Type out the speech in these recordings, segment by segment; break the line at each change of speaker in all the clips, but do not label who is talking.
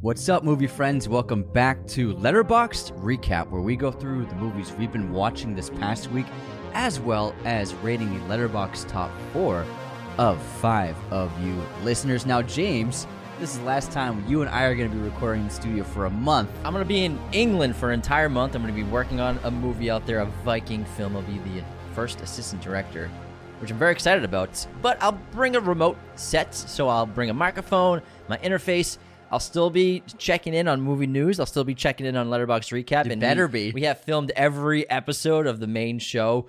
What's up, movie friends? Welcome back to Letterboxd Recap, where we go through the movies we've been watching this past week, as well as rating the Letterboxd top four of five of you listeners. Now, James, this is the last time you and I are going to be recording in the studio for a month.
I'm gonna be in England for an entire month. I'm gonna be working on a movie out there, a Viking film. I'll be the first assistant director, which I'm very excited about. But I'll bring a remote set, so I'll bring a microphone, my interface. I'll still be checking in on movie news. I'll still be checking in on Letterbox Recap.
You
and
better
we-
be.
We have filmed every episode of the main show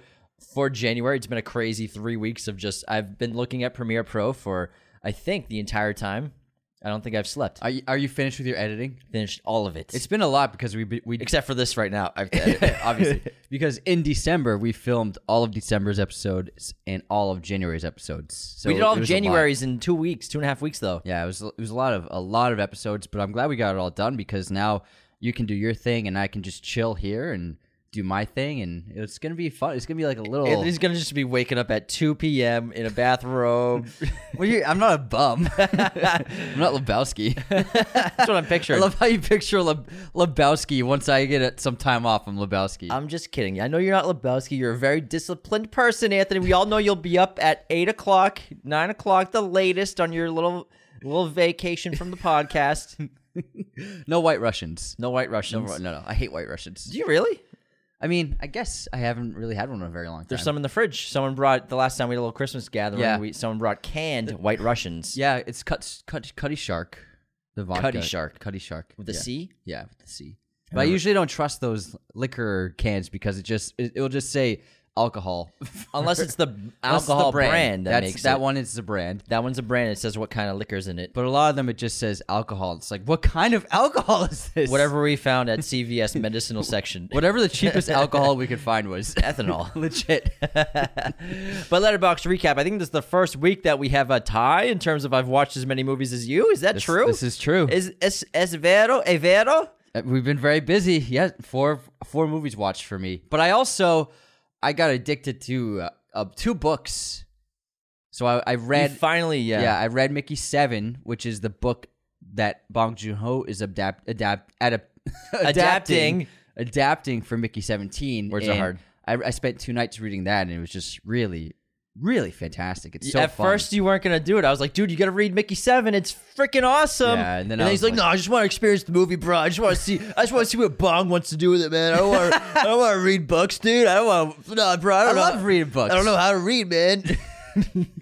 for January. It's been a crazy three weeks of just. I've been looking at Premiere Pro for I think the entire time. I don't think I've slept. I
Are you, are you finished with your editing?
finished all of it.
It's been a lot because we we
except for this right now. I've
obviously because in December we filmed all of December's episodes and all of January's episodes. So
we did all
it
of
was a lot.
January's in two weeks, two and a half weeks though.
Yeah, it was it was a lot of a lot of episodes, but I'm glad we got it all done because now you can do your thing and I can just chill here and do my thing and it's gonna be fun. It's gonna be like a little.
Anthony's gonna just be waking up at two p.m. in a bathrobe.
Well, you- I'm not a bum. I'm not Lebowski.
That's what I'm
I
picturing.
love how you picture Le- Lebowski. Once I get it some time off, I'm Lebowski.
I'm just kidding. I know you're not Lebowski. You're a very disciplined person, Anthony. We all know you'll be up at eight o'clock, nine o'clock, the latest on your little little vacation from the podcast.
no white Russians.
No white Russians.
No, no, no. I hate white Russians.
Do you really?
I mean, I guess I haven't really had one in a very long time.
There's some in the fridge. Someone brought the last time we had a little Christmas gathering.
Yeah.
We, someone brought canned white Russians.
Yeah, it's cut, cut, Cuddy Shark. The vodka.
Cutty Shark.
Cuddy Shark.
With a
yeah.
C?
Yeah, with the C. But I usually don't trust those liquor cans because it just it, it'll just say alcohol.
Unless it's the
Unless it's the
alcohol brand, that
That's,
makes
that
it.
one is the brand.
That one's a brand. It says what kind of liquor's in it. But
But a lot of them it just says alcohol. It's like what kind of alcohol is this?
whatever we found at CVS medicinal section.
whatever the cheapest alcohol we could find was.
ethanol.
Legit.
But letterbox recap. I think this is the first week that we have a tie in terms of I've watched as many movies as you. Is that
This-
true?
This is true.
Is es, es vero? E vero?
Uh, We've been very busy. Yeah, four four movies watched for me. But I also I got addicted to uh, uh, two books. So I, I
We
read
finally, yeah.
yeah. I read Mickey Seven, which is the book that Bong Joon Ho is adapt adapt adap-
Adapting.
adapting adapting for Mickey Seventeen.
Words are
And
hard.
I, I spent two nights reading that, and it was just really, really fantastic. It's so
At
fun.
first, you weren't gonna do it. I was like, "Dude, you gotta read Mickey Seven. It's freaking awesome."
Yeah, and then I
he's
was
like,
like-
"No, I just want to experience the movie, bro. I just want to see. I just want to see what Bong wants to do with it, man. I don't want. I don't want to read books, dude. I don't want. to Nah, bro. I
I
don't know.
love reading books.
I don't know how to read, man.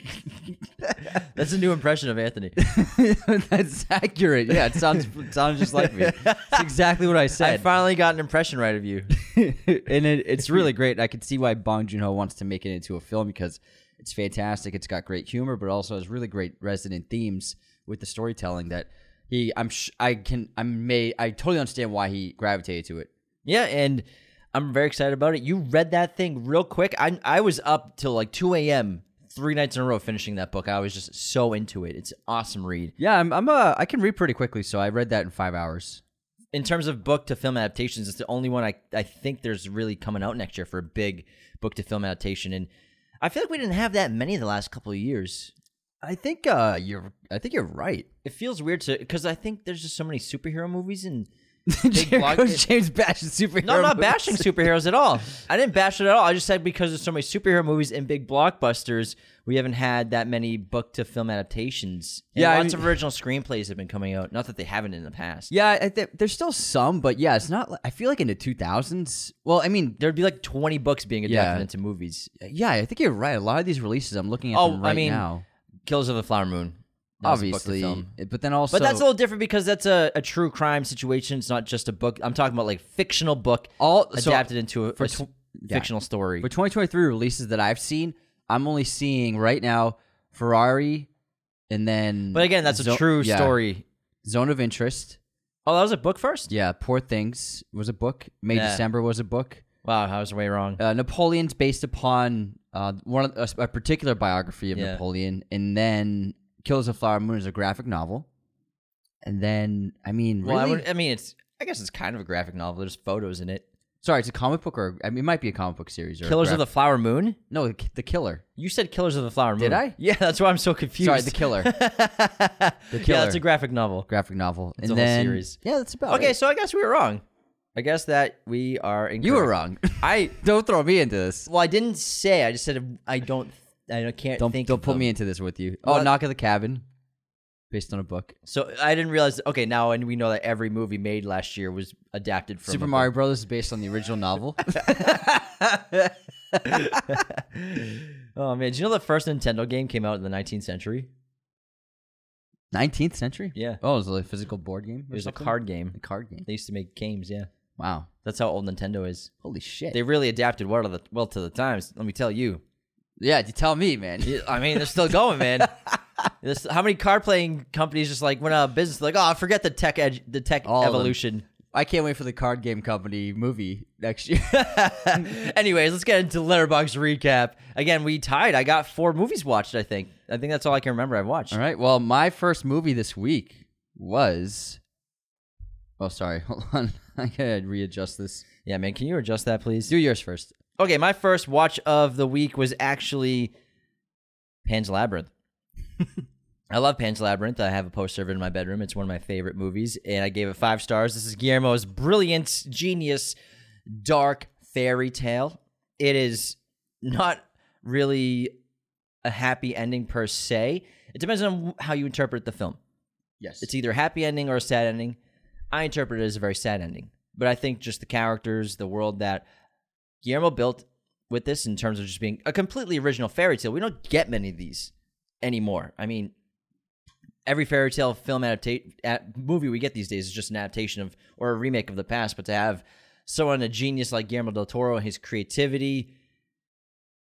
That's a new impression of Anthony.
That's accurate. Yeah, it sounds it sounds just like me. It's exactly what I
I
said.
finally got an impression right of you.
and it, it's really great. I can see why Bong Joon Ho wants to make it into a film because it's fantastic. It's got great humor, but also has really great resonant themes with the storytelling that he. I'm. Sh- I can. I may. I totally understand why he gravitated to it.
Yeah, and I'm very excited about it. You read that thing real quick. I I was up till like 2 a.m. three nights in a row finishing that book. I was just so into it. It's an awesome read.
Yeah, I'm. I'm a. I can read pretty quickly, so I read that in five hours.
In terms of book to film adaptations, it's the only one I I think there's really coming out next year for a big book to film adaptation. And I feel like we didn't have that many the last couple of years.
I think. Uh, you're. I think you're right.
It feels weird to because I think there's just so many superhero movies and blog-
Goes James Bash is superhero.
No, I'm not
movies.
bashing superheroes at all. I didn't bash it at all. I just said because there's so many superhero movies and big blockbusters, we haven't had that many book to film adaptations. And
Yeah, I
lots
mean-
of original screenplays have been coming out. Not that they haven't in the past.
Yeah, I th- there's still some, but yeah, it's not. li- I feel like in the 2000s. Well, I mean,
There'd be like 20 books being adapted
Yeah.
into movies.
yeah, I think you're right. A lot of these releases, I'm looking at
Oh,
them
I
right
mean,
now.
Killers of the Flower Moon. That was a book to
Obviously,
film.
it- but then also,
But that's a little different because that's a, a true crime situation. It's not just a book. I'm talking about like fictional book
all so
adapted into a,
for
a
tw- yeah.
fictional story.
for 2023 releases that I've seen. I'm only seeing right now Ferrari, and then.
But again, that's a
Zo-
true
yeah.
story.
Zone of Interest.
Oh, that was a book first?
Yeah, Poor Things was a book. May
Yeah.
December was a book.
Wow, I was way wrong.
Uh, Napoleon's based upon uh, one of, a s- a, particular biography of
Yeah.
Napoleon, and then Killers of the Flower Moon is a graphic novel, and then I mean,
Well, I,
really?
uh, would, I mean, it's I guess it's kind of a graphic novel. There's photos in it.
Sorry, it's a comic book, or I mean, it might be a comic book series. Or a
Killers of the
graph-
Flower Moon?
no, the, K- the Killer.
You said Killers of the Flower Moon.
Did I?
Yeah, that's why I'm so confused.
Sorry, the Killer
the Yeah,
Killer.
it's a graphic novel.
graphic novel.
It's
and
a whole
then-
series.
Yeah, that's about.
Okay,
it.
so I guess we were wrong. I guess that we are. Incorrect.
you were wrong.
I
don't throw me into this.
well, I didn't say. I just said I don't. I don't- can't
Don't
think.
don't
of
put
them.
me into this with you. Oh,
What?
Knock at the Cabin, based on a book.
So I didn't realize. Okay, now and we know that every movie made last year was adapted from a
Super
book.
Mario Brothers is based on the original novel.
Oh man, do you know the first Nintendo game came out in the 19th century?
19th century.
Yeah,
Oh, it was a physical board game.
it
or
was a
something?
card game.
A card game.
They used to make games. Yeah,
Wow.
that's how old Nintendo is.
Holy shit.
They really adapted well to the well to the times. Let me tell you.
yeah, you tell me, man.
Yeah, I mean, they're still going, man. This, how many card playing companies just like went out of business? Like, oh, forget the tech edge, the tech
All of them.
evolution.
I can't wait for the card game company movie next year.
Anyways, let's get into Letterbox recap. Again, we tied. I got four movies watched. I think. I think that's all I can remember. I've watched.
All right. Well, my first movie this week was. Oh, sorry. Hold on. I gotta readjust this.
Yeah, man. Can you adjust that, please?
Do yours first.
Okay, my first watch of the week was actually Pan's Labyrinth. I love Pan's Labyrinth. I have a poster of it in my bedroom. It's one of my favorite movies, and I gave it five stars. This is Guillermo's brilliant, genius, dark fairy tale. It is not really a happy ending per se. It depends on how you interpret the film.
Yes.
It's either a happy ending or a sad ending. I interpret it as a very sad ending. But I think just the characters, the world that Guillermo built with this in terms of just being a completely original fairy tale. We don't get many of these anymore. I mean, every fairy tale film adaptation at movie we get these days is just an adaptation of or a remake of the past, but to have someone a genius like Guillermo del Toro and his creativity,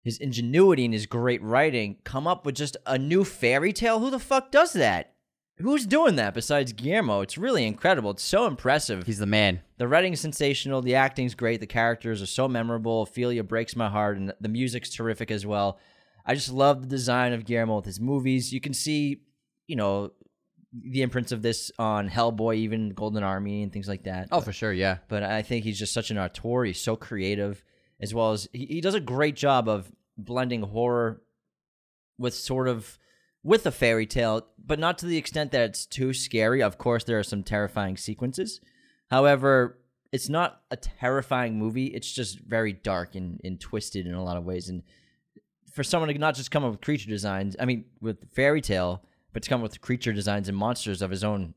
his ingenuity and his great writing come up with just a new fairy tale, who the fuck does that? Who's doing that besides Guillermo? It's really incredible. It's so impressive.
He's the man.
The writing's sensational. The acting's great. The characters are so memorable. Ophelia breaks my heart, and the music's terrific as well. I just love the design of Guillermo with his movies. You can see, you know, the imprints of this on Hellboy, even Golden Army, and things like that.
Oh, for sure. Yeah.
But I think he's just such an auteur. He's so creative, as well as he, he does a great job of blending horror with sort of with a fairy tale, but not to the extent that it's too scary. Of course, there are some terrifying sequences. However, it's not a terrifying movie. It's just very dark and, and twisted in a lot of ways. And for someone to not just come up with creature designs, I mean, with fairy tale, but to come up with creature designs and monsters of his own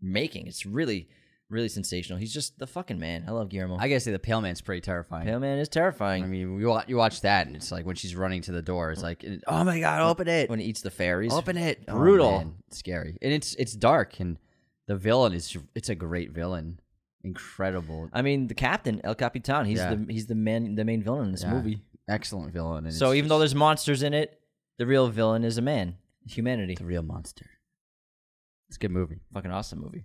making, it's really, really sensational. He's just the fucking man. I love Guillermo.
I gotta say, the Pale Man's pretty terrifying.
Oh. Pale man is terrifying.
I mean, you watch, you watch that, and it's like when she's running to the door, it's like, it- oh my god, open it,
when he eats the fairies,
open it, Oh,
Brutal.
man, scary, and it's it's dark, and the villain is it's a great villain, incredible,
I mean, the captain, El Capitan, he's
Yeah.
the he's the man, the main villain in this
Yeah.
movie.
excellent villain. And
So
it's
even though
just
there's monsters in it, the real villain is a man, humanity.
the real monster, it's a good movie.
Fucking awesome movie.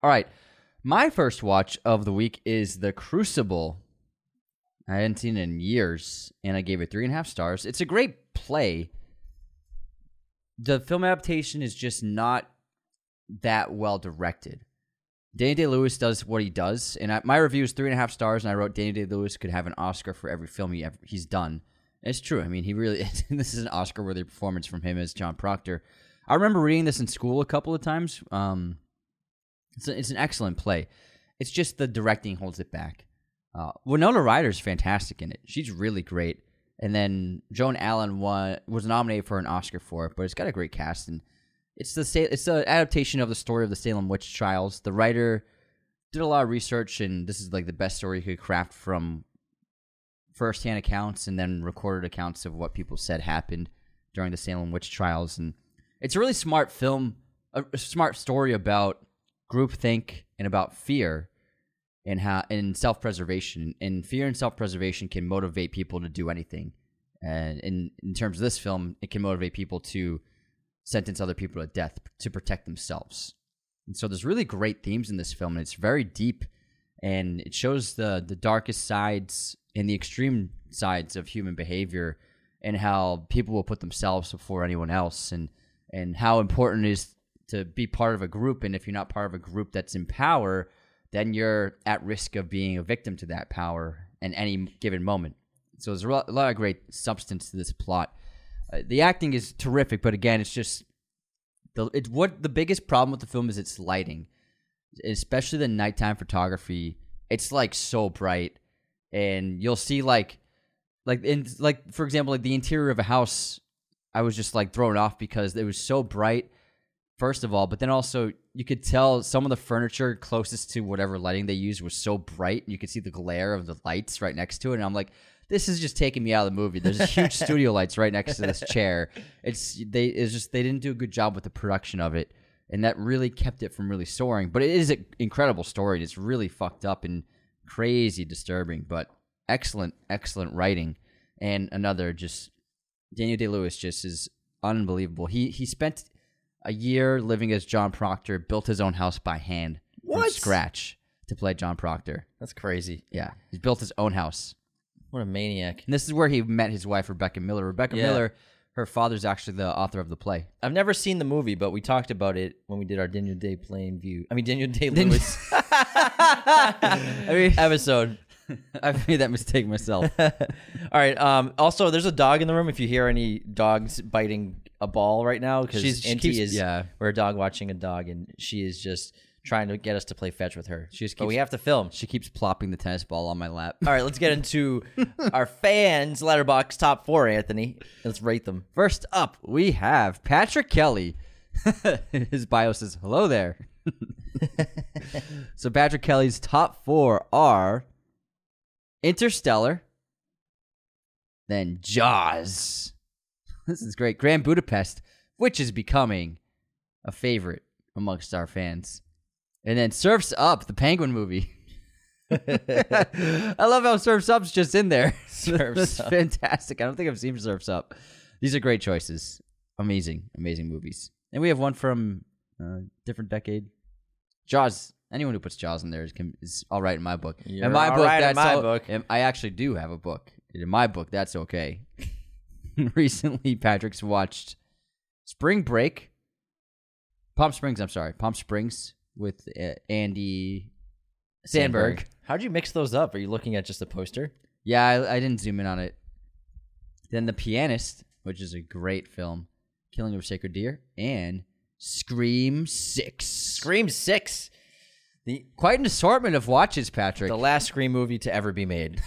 All right. My first watch of the week is The Crucible. I hadn't seen it in years, and I gave it three and a half stars. It's a great play. The film adaptation is just not that well directed. Danny Day Lewis does what he does, and I, my review is three and a half stars. And I wrote Danny Day Lewis could have an Oscar for every film he ever, he's done. And it's true. I mean, he really. this is an Oscar worthy performance from him as John Proctor. I remember reading this in school a couple of times. Um, it's, a, it's an excellent play. It's just the directing holds it back. Uh, Winona Ryder's fantastic in it. She's really great. And then Joan Allen won, was nominated for an Oscar for it, but it's got a great cast. And it's the Sa- it's the adaptation of the story of the Salem witch trials. The writer did a lot of research, and this is like the best story he could craft from firsthand accounts and then recorded accounts of what people said happened during the Salem witch trials. And it's a really smart film, a, a smart story about groupthink and about fear and how and self preservation. And fear and self preservation can motivate people to do anything. And in in terms of this film, it can motivate people to sentence other people to death to protect themselves. And so there's really great themes in this film, and it's very deep, and it shows the the darkest sides and the extreme sides of human behavior, and how people will put themselves before anyone else, and and how important it is to be part of a group, and if you're not part of a group that's in power, then you're at risk of being a victim to that power in any given moment. So there's a lo- a lot of great substance to this plot. Uh, the acting is terrific, but again, it's just the it's what the biggest problem with the film is its lighting, especially the nighttime photography. It's like so bright, and you'll see like like in like for example like the interior of a house. I was just like thrown off because it was so bright. First of all, but then also you could tell some of the furniture closest to whatever lighting they used was so bright, and you could see the glare of the lights right next to it. And I'm like, this is just taking me out of the movie. There's this huge studio lights right next to this chair. It's they it's just they didn't do a good job with the production of it, and that really kept it from really soaring. But it is an incredible story. and It's really fucked up and crazy disturbing, but excellent, excellent writing. And another just Daniel Day Lewis just is unbelievable. He he spent a year living as John Proctor, built his own house by hand from
What?
scratch to play John Proctor.
That's crazy.
Yeah, he built his own house.
What a maniac.
And this is where he met his wife, Rebecca Miller. Rebecca
Yeah.
Miller, her father's actually the author of the play.
I've never seen the movie, but we talked about it when we did our Daniel Day Plain View. I mean, Daniel Day Lewis
I mean,
episode.
I've made that mistake myself.
All right. Um, also, there's a dog in the room. If you hear any dogs biting a ball right now, because
She's- she
Auntie
keeps-
is
yeah.
we're a dog watching a dog, and she is just trying to get us to play fetch with her.
She just
but
keeps-
we have to film.
she keeps plopping the tennis ball on my lap.
All right, let's get into our fans' letterbox top four. Anthony, let's rate them.
First up, we have Patrick Kelly. His bio says, hello there. so, Patrick Kelly's top four are Interstellar, then Jaws. This is great. Grand Budapest, which is becoming a favorite amongst our fans. And then Surfs Up, the Penguin movie. I love how Surfs Up's just in there.
Surf's
That's
Up.
fantastic. I don't think I've seen Surfs Up. These are great choices. Amazing, amazing movies. And we have one from uh, different decade. Jaws. Anyone who puts Jaws in there is, can, is all right in my book.
You're
in my
all
book,
right in
that's
my
all-
book.
in- I actually do have a book. In my book, that's okay. Recently, Patrick's watched Spring Break, Palm Springs. I'm sorry, Palm Springs with uh, Andy Sandberg.
How'd you mix those up? Are you looking at just the poster?
Yeah, I, I didn't zoom in on it. Then The Pianist, which is a great film, Killing of a Sacred Deer, and Scream Six.
Scream Six, the
Quite an assortment of watches, Patrick.
the last Scream movie to ever be made.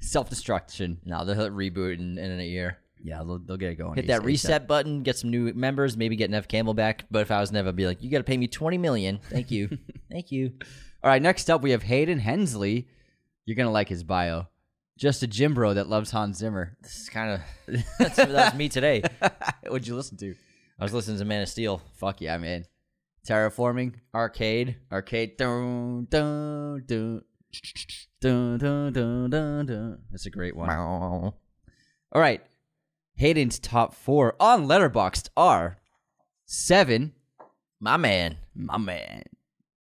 Self destruction.
now they'll hit reboot in, in a year.
Yeah, they'll, they'll get it going.
Hit that
ASAP.
reset button, get some new members, maybe get Nev Campbell back. But if I was Nev, I'd be like, "You got to pay me twenty million. Thank you, thank you."
All right, next up we have Hayden Hensley. You're gonna like his bio. Just a gym bro that loves Hans Zimmer.
This is kind of that's, that was me today.
What'd you listen to?
I was listening to Man of Steel.
Fuck yeah, man. Terraforming,
Arcade.
arcade. Dun, dun, dun. Dun, dun, dun, dun, dun. That's a great one.
Wow.
All right, Hayden's top four on Letterboxd are seven.
My man.
My man,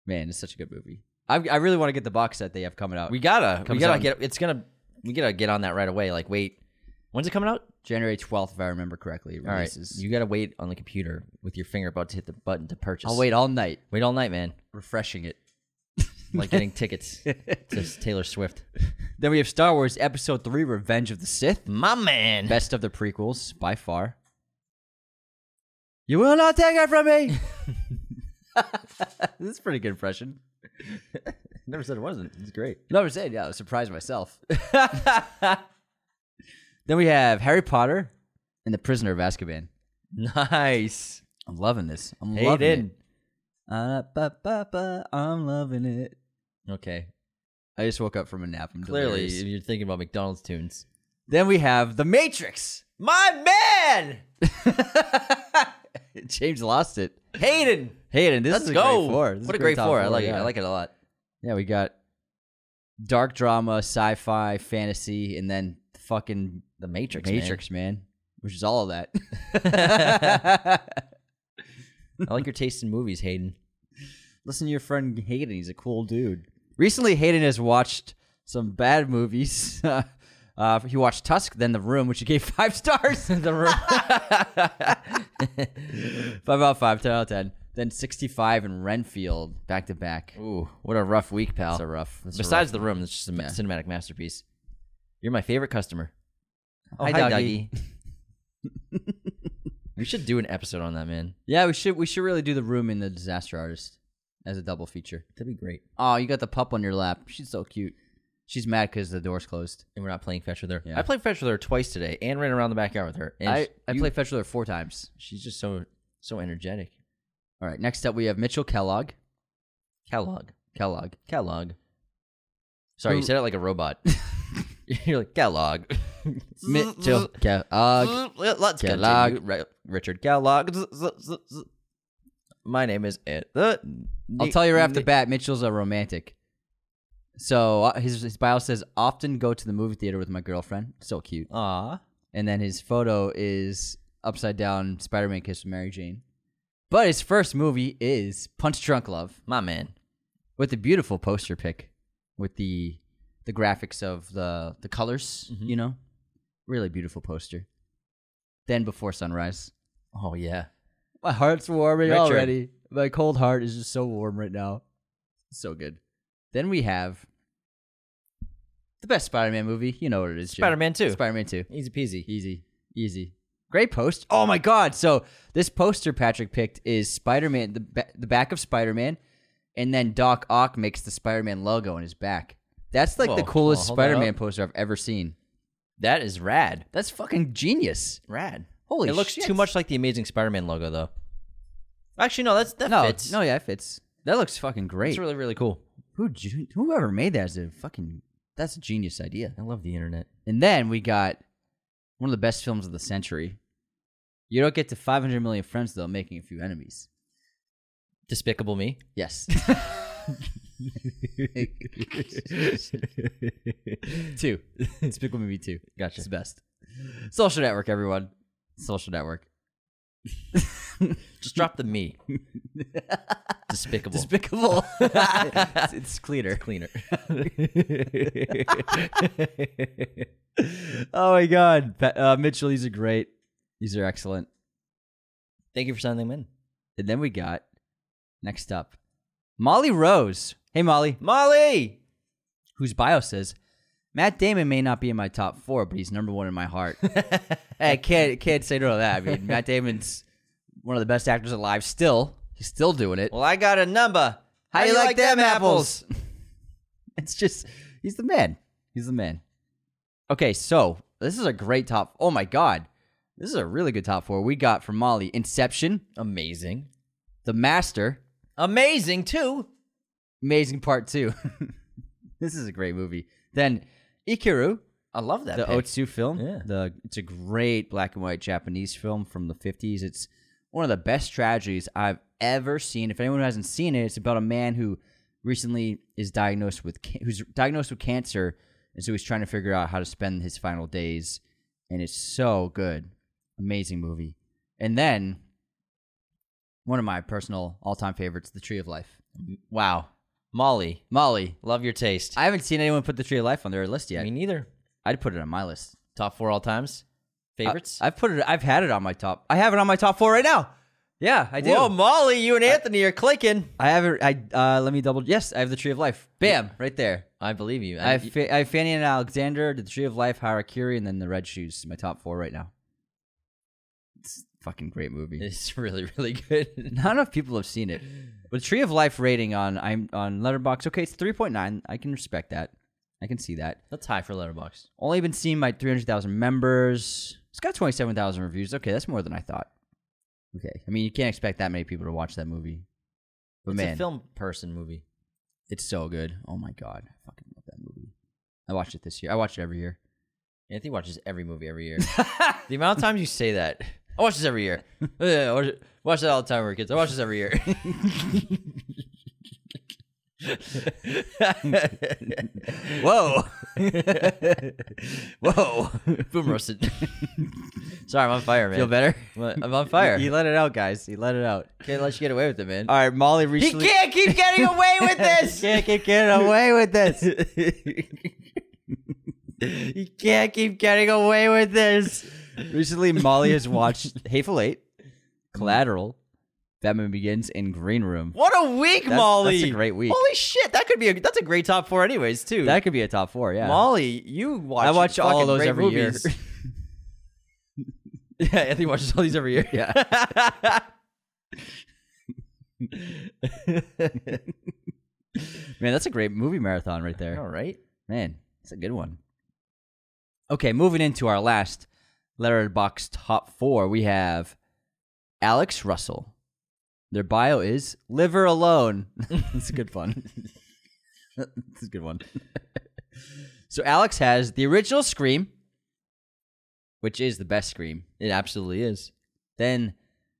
man, it's such a good movie. I, I really want to get the box set they have coming out.
We gotta.
Comes
we gotta
out-
get. It's gonna. We gotta get on that right away. Like, wait. When's it coming out?
January 12th, if I remember correctly. it
All right.
Releases.
You gotta wait on the computer with your finger about to hit the button to purchase.
I'll wait all night,
Wait all night, man.
refreshing it.
Like getting tickets to Taylor Swift.
Then we have Star Wars Episode 3 Revenge of the Sith.
My man.
Best of the prequels by far. You will not take it from me.
This is a pretty good impression. Never said it wasn't. It's great.
No, I'm saying, yeah, I was surprised myself. then we have Harry Potter and the Prisoner of Azkaban.
Nice.
I'm loving this. I'm loving
Hayden.
it. Uh, ba, ba, ba, I'm loving it.
Okay.
I just woke up from a nap. I'm
Clearly,
delirious.
you're thinking about McDonald's tunes.
Then we have The Matrix.
My man,
James lost it.
Hayden.
Hayden, this
Let's
is a
go.
great four. This is
what a great
top
four. I like it.
yeah.
I like it a lot.
Yeah, we got dark drama, sci-fi, fantasy, and then fucking
The Matrix. man.
Matrix, man. which is all of that.
I like your taste in movies, Hayden.
Listen to your friend Hayden. He's a cool dude. Recently, Hayden has watched some bad movies. uh, he watched Tusk, then The Room, which he gave five stars. the Room. five out of five, 10 out of 10. Then 65 and Renfield back to back.
Ooh, what a rough week, pal.
That's a rough. That's a rough
Besides the room, it's just a ma- cinematic masterpiece. You're my favorite customer.
Oh, hi, Dougie.
Dougie. we should do an episode on that, man.
Yeah, we should we should really do the room in the disaster artist as a double feature.
That'd be great.
Oh, you got the pup on your lap. She's so cute. She's mad because the door's closed.
And we're not playing fetch with her.
Yeah.
I played fetch with her twice today, and ran around the backyard with her. And
I,
sh-
I
you-
played fetch with her four times.
She's just so so energetic.
All right, next up we have Mitchell Kellogg.
Kellogg.
Kellogg.
Kellogg. Sorry, you
Who-
said it like a robot. You're like Kellogg.
Mitchell Kellogg.
Let's
Kellogg.
Kellogg. Richard Kellogg. My name is it. I'll
I'll tell you right off the bat, Mitchell's a romantic. So uh, his his bio says often go to the movie theater with my girlfriend. So cute.
Aw.
And then his photo is upside down Spider Man kiss with Mary Jane. But his first movie is Punch Drunk Love.
My man.
with a beautiful poster pick with the the graphics of the the colors you know really beautiful poster then before sunrise
Oh yeah.
my heart's warming
Richard.
already my cold heart is just so warm right now so good then we have the best spider-man movie you know what it is Jim.
Spider-Man 2.
spider-man 2
Easy peasy.
easy easy great post oh my god so this poster patrick picked is spider-man the, ba- the back of spider-man and then doc ock makes the spider-man logo on his back that's like
Whoa,
the coolest
whoa, hold that
spider-man
up.
poster i've ever seen
That is rad.
that's fucking genius
Rad.
Holy
It looks
shit.
too much like the Amazing Spider-Man logo though. Actually, no. That's that
no
fits.
no yeah it fits that looks fucking great
it's really really cool.
Who ju- whoever made that is a fucking that's a genius idea
I love the internet.
and then we got one of the best films of the century you don't get to 500 million friends though making a few enemies
Despicable Me.
Yes. two. It's Pickle Movie 2.
Gotcha.
It's the best. Social Network, everyone. Social Network.
Just drop the me. Despicable.
Despicable. it's, it's cleaner.
cleaner.
oh my God. Pa- Uh, Mitchell, these are great. These are excellent.
Thank you for sending them in.
And then we got, next up, Molly Rose. Hey, Molly.
Molly.
whose bio says, Matt Damon may not be in my top four, but he's number one in my heart. I can't can't say no to that. I mean, Matt Damon's one of the best actors alive. Still, he's still doing it.
Well, I got a number.
How, you like, them apples? it's just he's the man. He's the man. Okay, so this is a great top. Oh my god, this is a really good top four. We got from Molly Inception,
Amazing.
The Master,
Amazing too.
Amazing Part Two. this is a great movie. Then Ikiru,
I love that.
the
pick.
Otsu film.
Yeah.
The it's a great black and white Japanese film from the 50s. It's one of the best tragedies I've ever seen. If anyone hasn't seen it, it's about a man who recently is diagnosed with ca- who's diagnosed with cancer and so he's trying to figure out how to spend his final days and it's so good. Amazing movie. And then one of my personal all-time favorites, The Tree of Life.
Wow. Molly,
Molly,
love your taste.
I haven't seen anyone put The Tree of Life on their list yet.
Me neither.
I'd put it on my list.
Top four all times. Favorites.
I, have put it. I've had it on my top. I have it on my top four right now. Yeah, I do.
Whoa, Molly, you and Anthony are clicking.
I have it. I uh, let me double. Yes, I have the Tree of Life. Bam, right there.
I believe you.
I have, Fa- I have Fanny and Alexander, the Tree of Life, Harakiri, and then the Red Shoes. My top four right now. It's a fucking great movie.
It's really, really good.
Not enough people have seen it. But Tree of Life rating on I'm on Letterbox. Okay, it's three point nine. I can respect that. I can see that.
That's high for Letterboxd.
Only been seen by three hundred thousand members. It's got twenty seven thousand reviews. Okay, that's more than I thought. Okay, I mean you can't expect that many people to watch that movie. But
it's
man,
a film person movie.
it's so good. Oh my god, I fucking love that movie. I watched it this year. I watch it every year.
Anthony watches every movie every year. the amount of times you say that, I watch this every year. Yeah, I watch, it, watch that all the time, we we're kids. I watch this every year.
Whoa,
Whoa, boom roasted. Sorry, I'm on fire, man.
feel better.
I'm I'm on fire.
You, let it out, guys. You let it out.
Can't let you get away with it, man.
All right, Molly
He
recently.
can't keep getting away with this.
Can't keep getting away with this.
you can't keep getting away with this.
Recently, Molly has watched Hateful Eight, Collateral, Batman Begins, and Green Room.
What a week,
That's-
Molly!
that's a great week.
Holy shit, that could be a that's a great top four, anyways. Too.
That could be a top four, yeah.
Molly, you watch.
I watch all
fucking
those
great
every
movies.
year.
yeah, Anthony watches all these every year.
Yeah. Man, that's a great movie marathon right there.
all right.
Man, it's a good one. Okay, moving into our last letterbox top four, we have Alex Russell. Their bio is "Liver Alone." That's a good fun. That's a good one. so Alex has the original Scream, which is the best Scream.
It absolutely is.
Then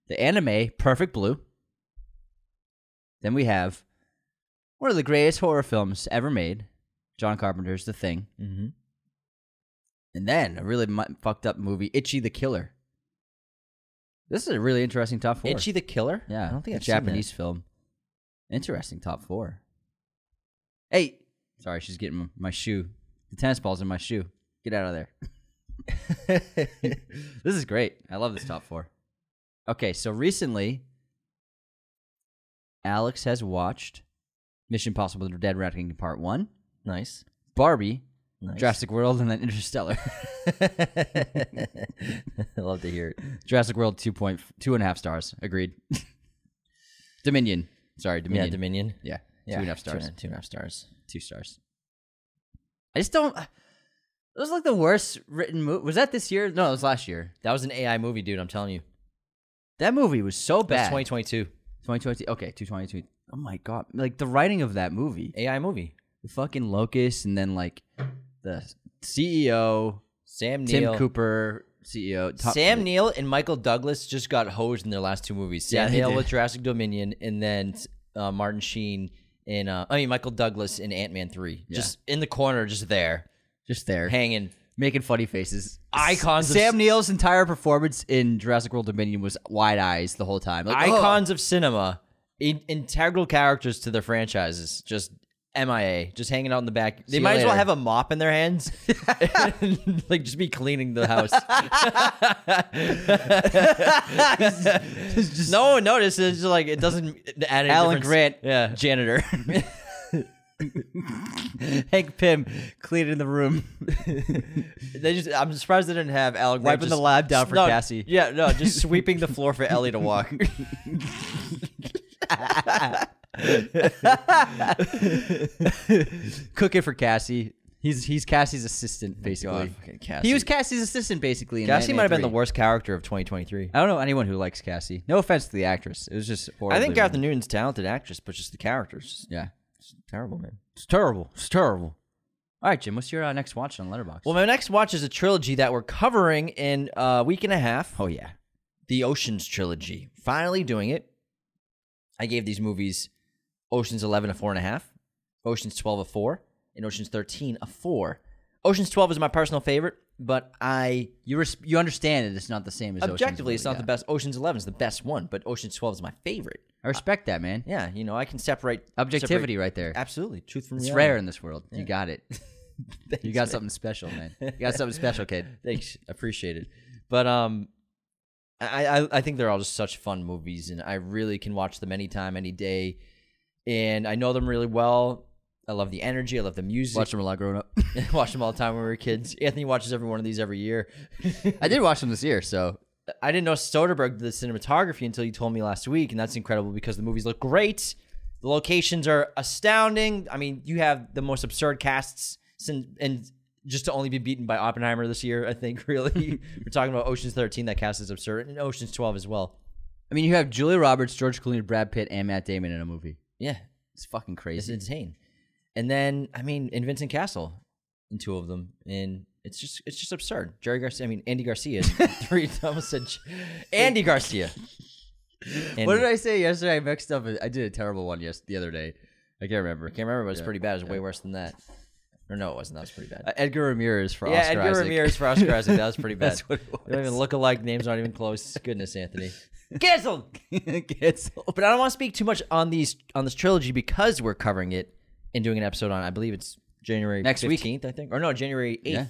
the anime Perfect Blue. Then we have one of the greatest horror films ever made, John Carpenter's The Thing.
Mm-hmm.
And then a really mu- fucked up movie, Itchy the Killer. This is a really interesting top four.
Itchy the Killer.
yeah,
I don't
a
think I've
Japanese
Seen
film. Interesting top four. Hey, sorry, she's getting my shoe. The tennis ball's in my shoe. Get out of there. this is great. I love this top four. Okay, so recently, Alex has watched Mission Impossible: The Dead Reckoning Part One,
that. Nice.
Barbie,
Nice.
Jurassic World, and then Interstellar.
I love to hear it.
Jurassic World two point two and a half stars. Agreed. Dominion. Sorry, Dominion.
Yeah, Dominion.
Yeah,
Yeah,
two and a half stars.
Two and a half stars.
Two stars. I just don't. It was like the worst written movie. Was that this year? No, it was last year.
That was an AI movie, dude. I'm telling you.
That movie was so
That's
bad.
2022
2020. Okay, 222. Oh my god! Like the writing of that movie,
AI movie.
the fucking locust, and then like the CEO
Sam
Tim
Neill.
Cooper, E CEO Tom-
Sam Neill and Michael Douglas just got hosed in their last two movies.
Yeah,
Sam
they
Neill
did.
with Jurassic Dominion, and then uh, Martin Sheen in uh, I mean Michael Douglas in Ant Man three,
Yeah.
just in the corner, just there,
just there.
hanging.
making funny faces.
Icons of-
Sam Neill's entire performance in Jurassic World Dominion was wide eyes the whole time. Like,
Icons of cinema, in- integral characters to their franchises, just MIA, just hanging out in the back. They
you
might as well
later.
have a mop in their hands, and, like just be cleaning the house. no one notices. It's just like it doesn't add
"Oh,
any
Alan
difference.
Grant,
yeah.
janitor. Hank Pym oh, cleaning the room.
They just, I'm surprised they didn't have Alan Grant
Wiping
just
the lab down for
snug-
Cassie.
Yeah, no, just sweeping the floor for Ellie to walk.
Cooking for Cassie. He's he's Cassie's assistant basically.
Oh God, fucking Cassie.
He was Cassie's assistant basically. in
Cassie
Ant-Man
might have been the
3.
worst character of 2023.
I don't know anyone who likes Cassie. No offense to the actress. It was just horrible.
I think Catherine Newton's a talented actress, but just the characters,
Yeah.
terrible, man.
It's terrible. It's terrible. All right, Jim. What's your uh, next watch on Letterbox?
Well, my next watch is a trilogy that we're covering in a week and a half.
oh yeah.
The Oceans trilogy. Finally doing it. I gave these movies Oceans 11 a four and a half, Oceans 12 a four, and Oceans 13 a four. Oceans 12 is my personal favorite, but I
You res- you understand that it's not the same as Ocean's
objectively it's
Eleven,
not
yeah.
the best. Oceans 11 is the best one, but Oceans 12 is my favorite.
I respect that, man.
Yeah, you know I can separate
Objectivity
separate-
right there.
Absolutely, truth from
It's
reality.
rare in this world. You got it. you got something special, man. You got something special, kid.
Thanks, appreciate it. But um, I, I I think they're all just such fun movies, and I really can watch them anytime, any day, and I know them really well. I love the energy. I love the music.
Watched them a lot growing up.
Watched them all the time when we were kids. Anthony watches every one of these every year.
I did watch them this year, so
I didn't know Soderbergh did the cinematography until you told me last week, and that's incredible because the movies look great. The locations are astounding. I mean, you have the most absurd casts, sin- and just to only be beaten by Oppenheimer this year, I think. Really, we're talking about Ocean's Thirteen. That cast is absurd, and Ocean's Twelve as well.
I mean, you have Julia Roberts, George Clooney, Brad Pitt, and Matt Damon in a movie.
Yeah,
It's fucking
it's
crazy.
insane. And then, I mean, and Vincent Castle in two of them, and it's just it's just absurd. Jerry Garcia, I mean Andy Garcia, is three. I almost said J- Andy Garcia.
what did I say yesterday? I mixed up. I did a terrible one yes the other day. I can't remember.
I can't remember. But it was pretty bad. It was way worse than that. Or no, it wasn't. That was pretty bad.
Uh, Edgar Ramirez for
yeah,
Oscar
Edgar
Isaac.
Ramirez for Oscar Isaac. That was pretty bad.
That's what it
They don't even
was.
look alike. Names aren't even close. Goodness, Anthony. Cancelled.
Cancel.
But I don't want to speak too much on these on this trilogy because we're covering it and doing an episode on. I believe it's January
Next week.
15th, I think, or no, January eighth.
Yeah.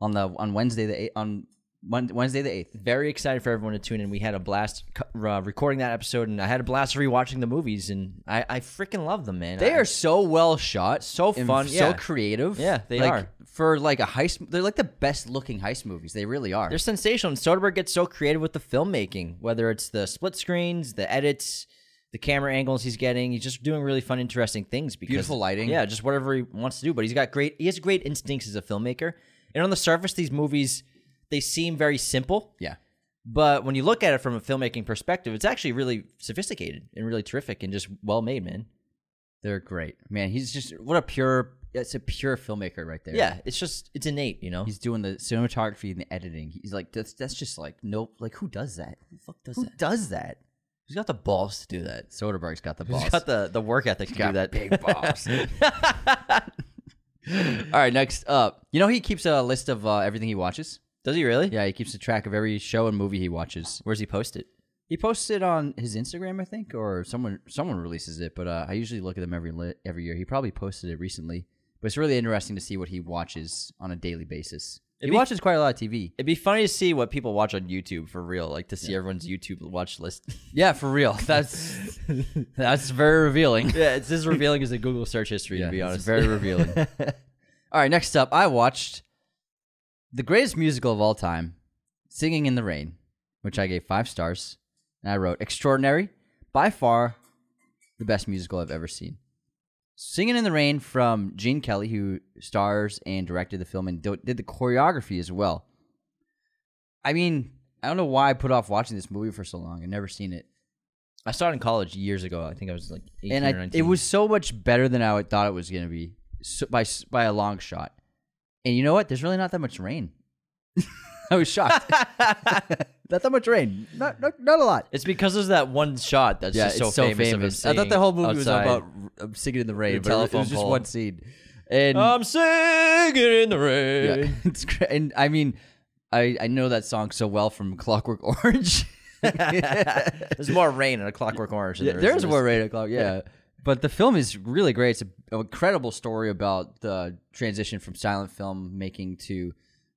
on the on Wednesday the eighth on Mon- Wednesday the eighth.
Very excited for everyone to tune in. We had a blast co- uh, recording that episode, and I had a blast rewatching the movies, and I, I freaking love them, man.
They
I-
are so well shot,
So
and
fun,
so
yeah.
creative.
Yeah, they
Like,
are.
for like a heist. They're like the best looking heist movies. They really are.
They're sensational. And Soderbergh gets so creative with the filmmaking, whether it's the split screens, the edits, the camera angles he's getting. He's just doing really fun, interesting things. Because,
Beautiful lighting.
Yeah, just whatever he wants to do. But he's got great. He has great instincts as a filmmaker. And on the surface, these movies they seem very simple,
yeah,
but when you look at it from a filmmaking perspective, it's actually really sophisticated and really terrific and just well made, man.
they're great. Man, he's just what a pure. It's a pure filmmaker right there.
Yeah, it's just it's innate, you know.
He's doing the cinematography and the editing. He's like, that's, that's just like, nope. Like, who does that? Who the fuck does that? does that?
he's got the balls to do that.
Soderbergh's got the balls.
He's got the the work ethic to do that.
big balls. All right, next up. You know he keeps a list of uh, everything he watches.
Does he really?
Yeah, he keeps a track of every show and movie he watches.
Where's he post it?
He posts it on his Instagram, I think, or someone someone releases it. But uh, I usually look at them every li- every year. He probably posted it recently, but it's really interesting to see what he watches on a daily basis.
It'd
he
be-
watches quite a lot of TV.
It'd be funny to see what people watch on YouTube for real, like to see everyone's YouTube watch list.
Yeah, for real. That's that's very revealing.
yeah, it's as revealing as the Google search history,
Yeah,
to be
it's
honest.
very revealing. All right, next up, I watched the greatest musical of all time, Singing in the Rain, which I gave five stars. And I wrote, extraordinary, by far the best musical I've ever seen. Singing in the Rain from Gene Kelly, who stars and directed the film and do- did the choreography as well. I mean, I don't know why I put off watching this movie for so long. I've never seen it.
I saw it in college years ago. I think I was like 18
and
or
I,
19.
it was so much better than I would- thought it was going to be so, by s- by a long shot. And you know what? There's really not that much rain. I was shocked. not that much rain. Not not, not a lot.
It's because there's that one shot that's just so, famous. of him
I thought the
singing
whole movie was
outside.
about r- um, singing in the rain,
The
but it was- it
telephone
was just
pole.
one scene. And
I'm singing in the
yeah,
rain.
it's cra- and I mean, I I know that song so well from Clockwork Orange.
There's more rain in a Clockwork Orange. than
Yeah,
there is in
there's
this.
War Rated Clock, yeah. But the film is really great. It's a, an incredible story about the transition from silent film making to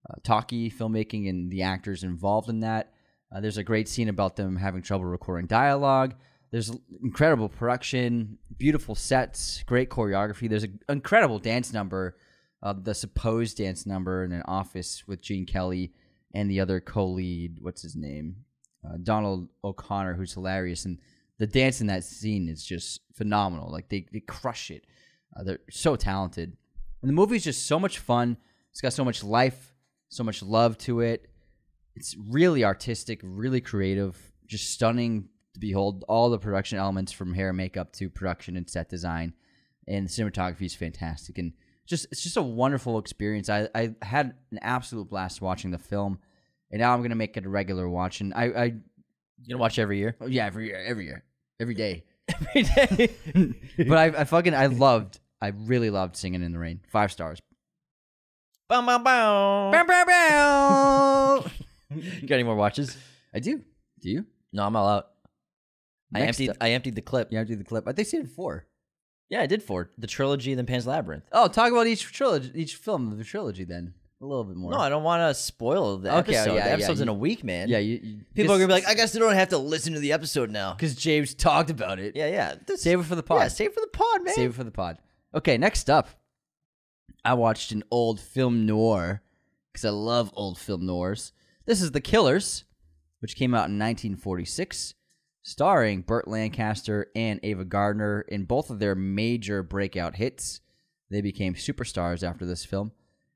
uh, talkie filmmaking and the actors involved in that. Uh, there's a great scene about them having trouble recording dialogue. There's l- incredible production, beautiful sets, great choreography. There's an incredible dance number, uh, the supposed dance number in an office with Gene Kelly and the other co-lead. What's his name? uh, Donald O'Connor, who's hilarious, and the dance in that scene is just phenomenal. Like they they crush it. Uh, they're so talented, and the movie's just so much fun. It's got so much life, so much love to it. It's really artistic, really creative, just stunning to behold. All the production elements from hair, and makeup to production and set design, and the cinematography is fantastic. And just it's just a wonderful experience. I, I had an absolute blast watching the film and now I'm gonna make it a regular watch. And I, I
You gonna watch every year?
oh, yeah, every year, every year, every day.
Every day.
but I, I fucking, I loved, I really loved singing in the rain. Five stars.
Bow, bow, bow.
Bow, bow, bow.
You got any more watches?
I do. Do you?
No, I'm all out. I
Next
emptied.
up-
I emptied the clip.
You have to do the clip. I think seen four.
Yeah, I did four. The trilogy, and then Pan's Labyrinth.
Oh, talk about each trilogy, each film of the trilogy, then a little bit more.
No, I don't want to spoil the
Okay, oh,
episode.
yeah,
the
yeah,
episode's in
you-
a week, man.
yeah, you, you-
people are gonna be like, I guess they don't have to listen to the episode now.
because James talked about it.
Yeah, yeah. This-
Save it for the pod.
Yeah, save it for the pod, man.
Save it for the pod. Okay, next up, I watched an old film noir because I love old film noirs. This is The Killers, which came out in 1946, starring Burt Lancaster and Ava Gardner in both of their major breakout hits. They became superstars after this film.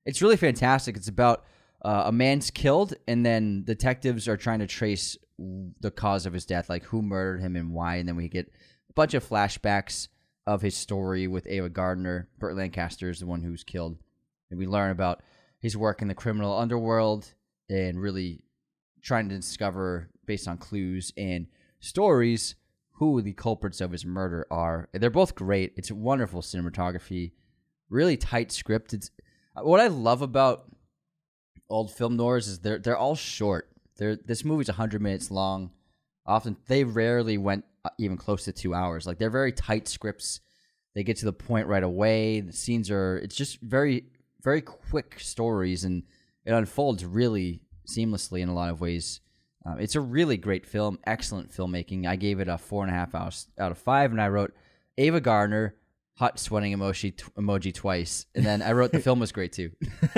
It's really fantastic. It's about uh, a man's killed, and then detectives are trying to trace the cause of his death, like who murdered him and why. And then we get a bunch of flashbacks of his story with Ava Gardner. Burt Lancaster is the one who's killed. And we learn about his work in the criminal underworld and really trying to discover, based on clues and stories, who the culprits of his murder are. And they're both great. It's wonderful cinematography, really tight script. It's, Uh, what I love about old film noirs is they're they're all short. They're, this movie's 100 minutes long. Often they rarely went uh, even close to two hours. Like they're very tight scripts. They get to the point right away. The scenes are it's just very very quick stories, and it unfolds really seamlessly in a lot of ways. Um, it's a really great film, excellent filmmaking. I gave it a four and a half out, out of five, and I wrote Ava Gardner hot sweating emoji t- emoji twice, and then I wrote the film was great too.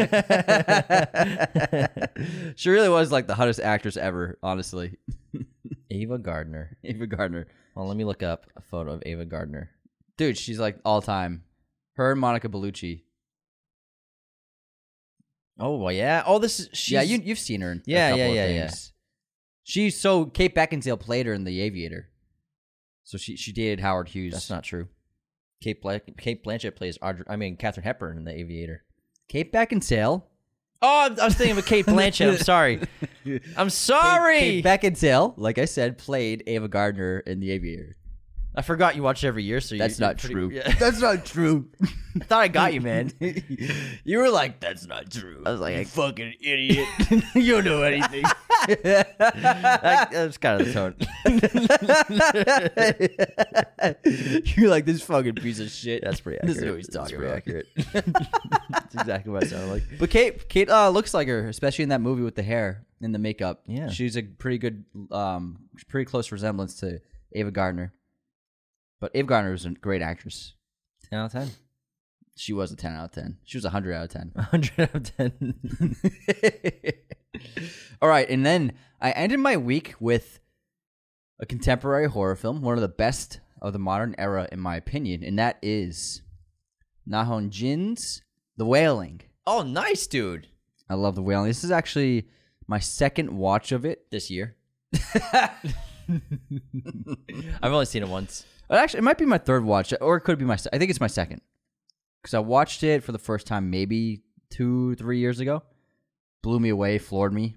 she really was like the hottest actress ever, honestly.
Ava Gardner.
Ava Gardner,
Well, let me look up a photo of Ava Gardner.
dude, she's like all time. Her and Monica Bellucci.
Oh well, yeah. Oh, this is she's,
yeah, you you've seen her. In
Yeah,
a couple
yeah,
of
yeah, yeah.
things. She's so Kate Beckinsale played her in The Aviator, so she she dated Howard Hughes.
That's not true. Kate Black, Kate Blanchett plays Audrey. I mean, Catherine Hepburn in The Aviator.
Kate Beckinsale.
Oh, I'm- I was thinking of Kate Blanchett. I'm sorry. I'm sorry.
Kate Beckinsale, like I said, played Ava Gardner in The Aviator.
I forgot you watch every year, so you-
That's
you're
not
pretty-
true.
Yeah.
That's not true.
I thought I got you, man.
you were like, that's not true.
I was like,
fucking idiot. you don't know anything.
that, that's kind of the tone.
You're like, this fucking piece of shit.
That's pretty accurate.
This is what he's
That's
talking
pretty
about.
accurate. That's exactly what I sounded like.
But Kate, Kate uh, looks like her, especially in that movie with the hair and the makeup.
Yeah.
she's a pretty good, um, pretty close resemblance to Ava Gardner. But Ava Gardner was a great actress.
Ten out of ten.
She was a ten out of ten. She was a hundred out of ten.
Hundred out of ten.
All right, and then I ended my week with a contemporary horror film, one of the best of the modern era, in my opinion, and that is Nahon Jin's The Wailing.
oh, nice, dude.
I love The Wailing. This is actually my second watch of it.
This year. I've only seen it once.
Actually, it might be my third watch, or it could be my. se- I think it's my second because I watched it for the first time maybe two, three years ago. Blew me away, floored me.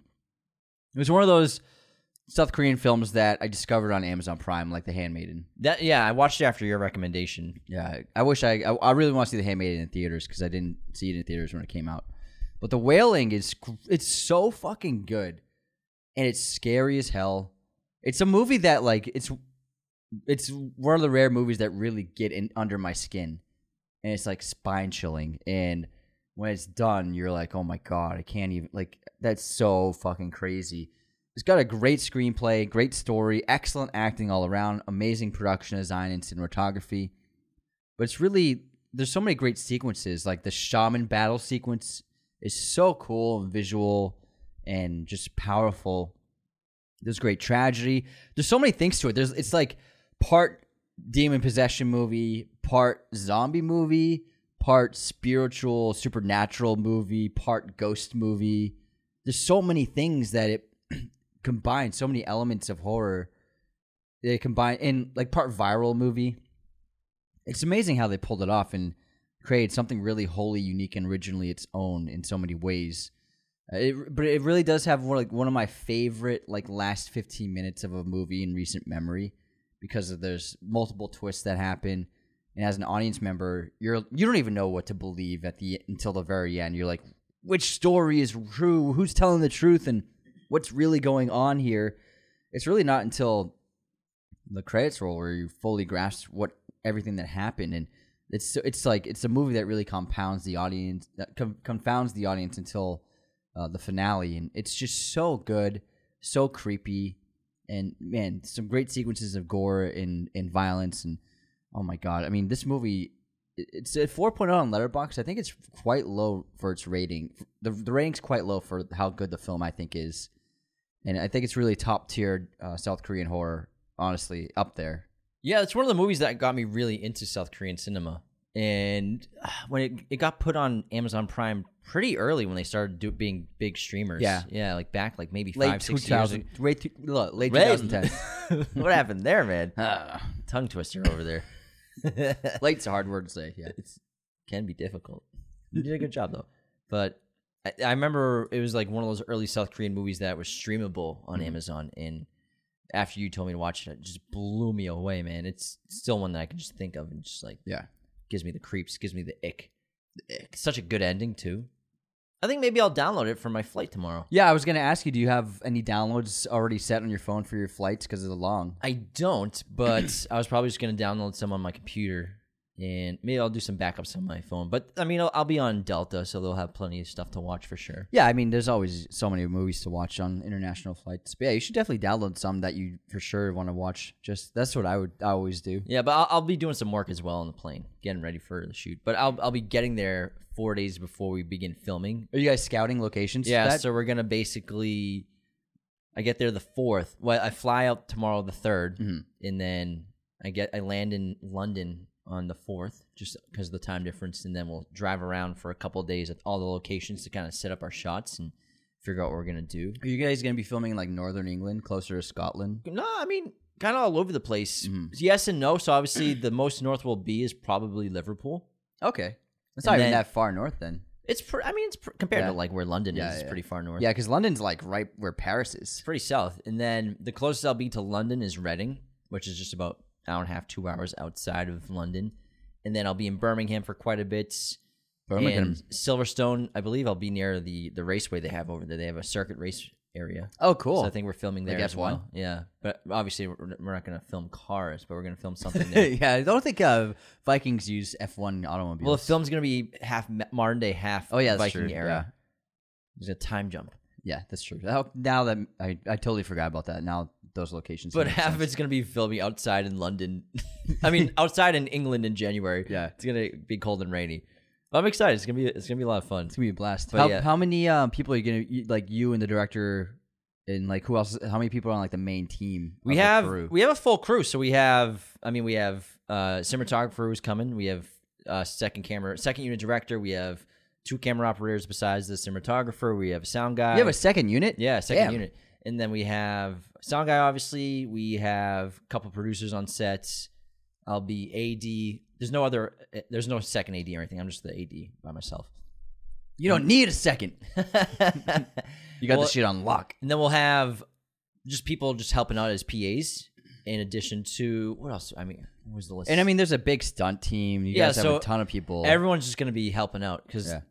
It was one of those South Korean films that I discovered on Amazon Prime, like The Handmaiden.
That yeah, I watched it after your recommendation.
Yeah, I- I wish I. I, I really want to see The Handmaiden in theaters because I didn't see it in theaters when it came out. But The Wailing is gr- it's so fucking good, and it's scary as hell. It's a movie that like it's it's one of the rare movies that really get in under my skin, and it's like spine chilling. And when it's done, you're like, oh my god, I can't even like that's so fucking crazy. It's got a great screenplay, great story, excellent acting all around, amazing production design and cinematography but it's really there's so many great sequences like the shaman battle sequence is so cool and visual and just powerful there's great tragedy there's so many things to it there's it's like part demon possession movie part zombie movie part spiritual supernatural movie part ghost movie there's so many things that it combines so many elements of horror they combine in like part viral movie it's amazing how they pulled it off and created something really wholly unique and originally its own in so many ways. Uh, It, but it really does have one like one of my favorite like last 15 minutes of a movie in recent memory because of there's multiple twists that happen and as an audience member you're you don't even know what to believe at the until the very end you're like which story is true who's telling the truth and what's really going on here it's really not until the credits roll where you fully grasp what everything that happened and it's so- it's like it's a movie that really compounds the audience that com- confounds the audience until uh, the finale and it's just so good so creepy and man some great sequences of gore and and violence and oh my god i mean this movie it- it's at 4.0 on letterbox i think it's quite low for its rating the, the rating's quite low for how good the film i think is and I think it's really top tier uh, South Korean horror. Honestly, up there.
Yeah, it's one of the movies that got me really into South Korean cinema. And uh, when it, it got put on Amazon Prime pretty early when they started do, being big streamers.
Yeah.
Yeah, like back like maybe
Late
five,
two
six years ago.
thousand, late, two- look, late two
Red.
thousand ten.
what happened there, man?
Ah,
Tongue twister over there.
Late's a hard word to say. Yeah,
it's can be difficult. You did a good job though. But I, I remember it was like one of those early South Korean movies that was streamable on Amazon, and after you told me to watch it, it just blew me away, man. It's still one that I can just think of and just like
yeah.
gives me the creeps, gives me the ick. It's such a good ending too. I think maybe I'll download it for my flight tomorrow.
Yeah, I was gonna ask you, do you have any downloads already set on your phone for your flights because of the long?
I don't, but I was probably just gonna download some on my computer, and maybe I'll do some backups on my phone. But I mean, I'll, I'll be on Delta, so they'll have plenty of stuff to watch for sure.
Yeah, I mean, there's always so many movies to watch on international flights. But yeah, you should definitely download some that you for sure want to watch. Just that's what I would I always do.
Yeah, but I'll, I'll be doing some work as well on the plane, getting ready for the shoot. But I'll I'll be getting there four days before we begin filming.
Are you guys scouting locations? for
Yeah,
that?
so we're gonna basically, I get there the fourth. Well, I fly out tomorrow the 3rd
Mhm.
and then I get I land in London on the fourth, just because of the time difference, and then we'll drive around for a couple of days at all the locations to kind of set up our shots and figure out what we're gonna do.
are you guys gonna be filming in like northern England, closer to Scotland?
No, I mean kind of all over the place. Yes and no. So obviously, the most north we'll be is probably Liverpool.
Okay, that's
And
not even
then-
that far north then.
It's pr- I mean it's pr- compared
Yeah.
to like where London
Yeah,
is, it's
yeah.
pretty far north.
Yeah, because London's like right where Paris is.
it's pretty south. And then the closest I'll be to London is Reading, which is just about hour and a half, two hours outside of London. And then I'll be in Birmingham for quite a bit.
Birmingham.
And Silverstone, I believe I'll be near the the raceway they have over there. They have a circuit race area.
Oh, cool.
So I think we're filming
Like
there as
F1?
well. Yeah, but obviously we're, we're not going to film cars, but we're going to film something there.
yeah, I don't think uh, Vikings use F1 automobiles.
Well, the film's going to be half ma- modern day, half
Oh, yeah, that's
Viking
true.
era. There's a time jump.
Yeah, that's true. Now, now that I, I totally forgot about that. Now those locations.
But
make
half
sense.
of it's gonna be filming outside in London. I mean, outside in England in January.
Yeah.
it's gonna be cold and rainy. But I'm excited. It's gonna be it's gonna be a lot of fun.
It's gonna be a blast.
But
how,
yeah.
how many um, people are you gonna you- like you and the director and like who else? How many people are on like the main team?
We
of the
have
crew?
we have a full crew. So we have I mean we have uh, cinematographer who's coming. We have uh, second camera second unit director. We have two camera operators besides the cinematographer. We have a sound guy.
you have a second unit.
Yeah, second
Damn.
unit. And then we have sound guy, obviously. We have a couple producers on sets. I'll be AD. There's no other. eh, There's no second AD or anything. I'm just the AD by myself.
You don't need a second.
and
You got
Well-
the shit on lock.
then we'll have just people just helping out as PAs. In addition to what else? I mean, what was the list?
And I mean, there's a big stunt team. You
Yeah,
guys have
so
a ton of people.
everyone's just gonna be helping out because
Yeah.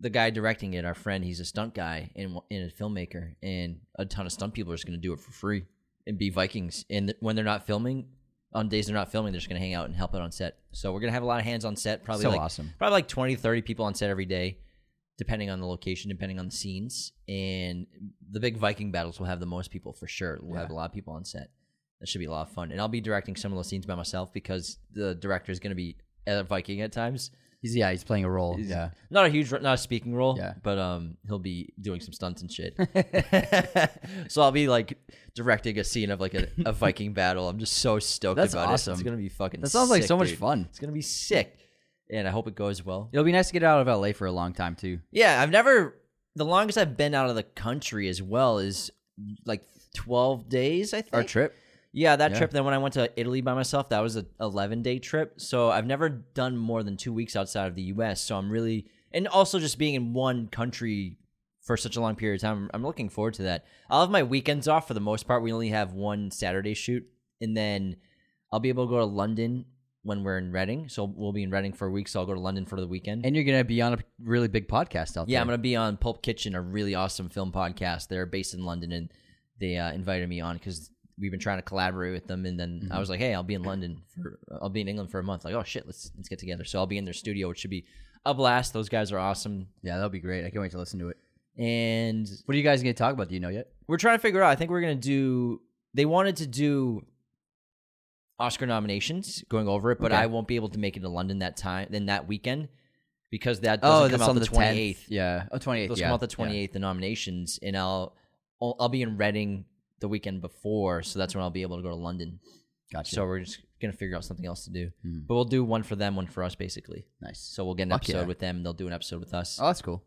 the guy directing it, our friend, he's a stunt guy and, and a filmmaker, and a ton of stunt people are just gonna do it for free and be Vikings. And th- when they're not filming, on days they're not filming, they're just gonna hang out and help out on set. So we're gonna have a lot of hands on set, probably
So
like
awesome.
probably like 20, 30 people on set every day, depending on the location, depending on the scenes. And the big Viking battles will have the most people for sure. We'll have a lot of people on set. That should be a lot of fun. And I'll be directing some of those scenes by myself because the director is gonna be a Viking at times.
he's, yeah, he's playing a role.
He's
yeah.
not a huge, not a speaking role.
Yeah.
but um, he'll be doing some stunts and shit. so I'll be like directing a scene of like a, a Viking battle. I'm just so stoked
That's
about it. It's
awesome.
gonna be fucking.
That sounds like
sick,
so much
dude.
fun.
It's gonna be sick, and I hope it goes well.
It'll be nice to get out of LA for a long time too.
Yeah, I've never. The longest I've been out of the country as well is like 12 days. I think
Our trip.
yeah, that
Yeah.
trip. Then when I went to Italy by myself, that was a 11 day trip. So I've never done more than two weeks outside of the U.S. So I'm really, and also just being in one country for such a long period of time, I'm looking forward to that. I'll have my weekends off for the most part. We only have one Saturday shoot, and then I'll be able to go to London when we're in Reading. So we'll be in Reading for a week. So I'll go to London for the weekend.
And you're gonna be on a really big podcast out there.
Yeah, I'm gonna be on Pulp Kitchen, a really awesome film podcast. They're based in London, and they uh, invited me on because we've been trying to collaborate with them. And then I was like, "Hey, I'll be in London for, I'll be in England for a month." Like, oh shit, let's let's get together. So I'll be in their studio, which should be a blast. Those guys are awesome,
yeah, that'll be great. I can't wait to listen to it.
and
What are you guys gonna talk about? Do you know yet?
we're trying to figure out. I think we're gonna do. They wanted to do Oscar nominations, going over it, but
Okay.
I won't be able to make it to London that time, then that weekend,
Oh,
because that doesn't come out the twenty eighth.
Yeah. Oh, 28th.
Those
yeah.
come out the
Yeah.
28th, the nominations, and I'll I'll, I'll be in Reading the weekend before, so that's when I'll be able to go to London.
Gotcha.
So we're just gonna figure out something else to do. But we'll do one for them, one for us, basically.
Nice.
So we'll get an
Fuck
episode
yeah.
with them. They'll do an episode with us.
Oh, that's cool.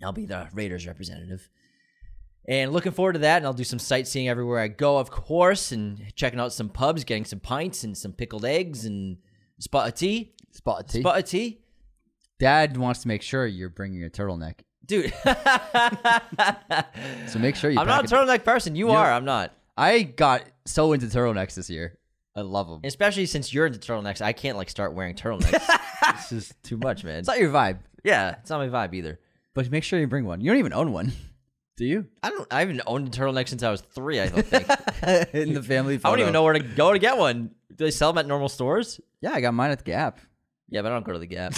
I'll be the Raiders representative. And looking forward to that. And I'll do some sightseeing everywhere I go, of course, and checking out some pubs, getting some pints and some pickled eggs and spot of tea.
Spot a T.
Spot of tea?
Dad wants to make sure you're bringing a turtleneck.
Dude.
So make sure you.
I'm not a
pack
turtleneck person. You
You're-
are. I'm not.
I got so into turtlenecks this year. I love them.
Especially since you're into turtlenecks. I can't like start wearing turtlenecks. it's just too much, man.
It's not your vibe,
yeah, it's not my vibe either.
but make sure you bring one. You don't even own one, do you?
I don't I haven't owned a turtleneck since I was three, I don't think.
In the family
I
photo.
don't even know where to go to get one. Do they sell them at normal stores?
Yeah, I got mine at the Gap.
Yeah, but I don't go to the Gap.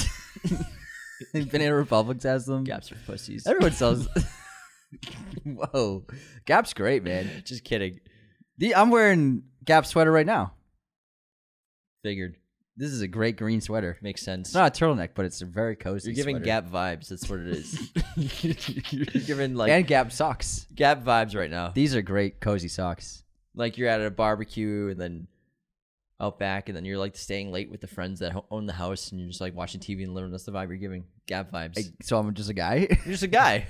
Banana Republics has them.
Gaps are pussies.
Everyone sells. Whoa, Gap's great, man.
Just kidding.
The, I'm wearing Gap sweater right now.
Figured.
This is a great green sweater.
Makes sense.
It's not a turtleneck, but it's a very cozy.
You're giving
sweater.
Gap vibes. That's what it is. you're giving like
and Gap socks.
Gap vibes right now.
These are great cozy socks.
like you're at a barbecue and then out back, and then you're like staying late with the friends that ho- own the house, and you're just like watching TV and living. That's the vibe you're giving. Gap vibes.
So I'm just a guy.
you're just a guy.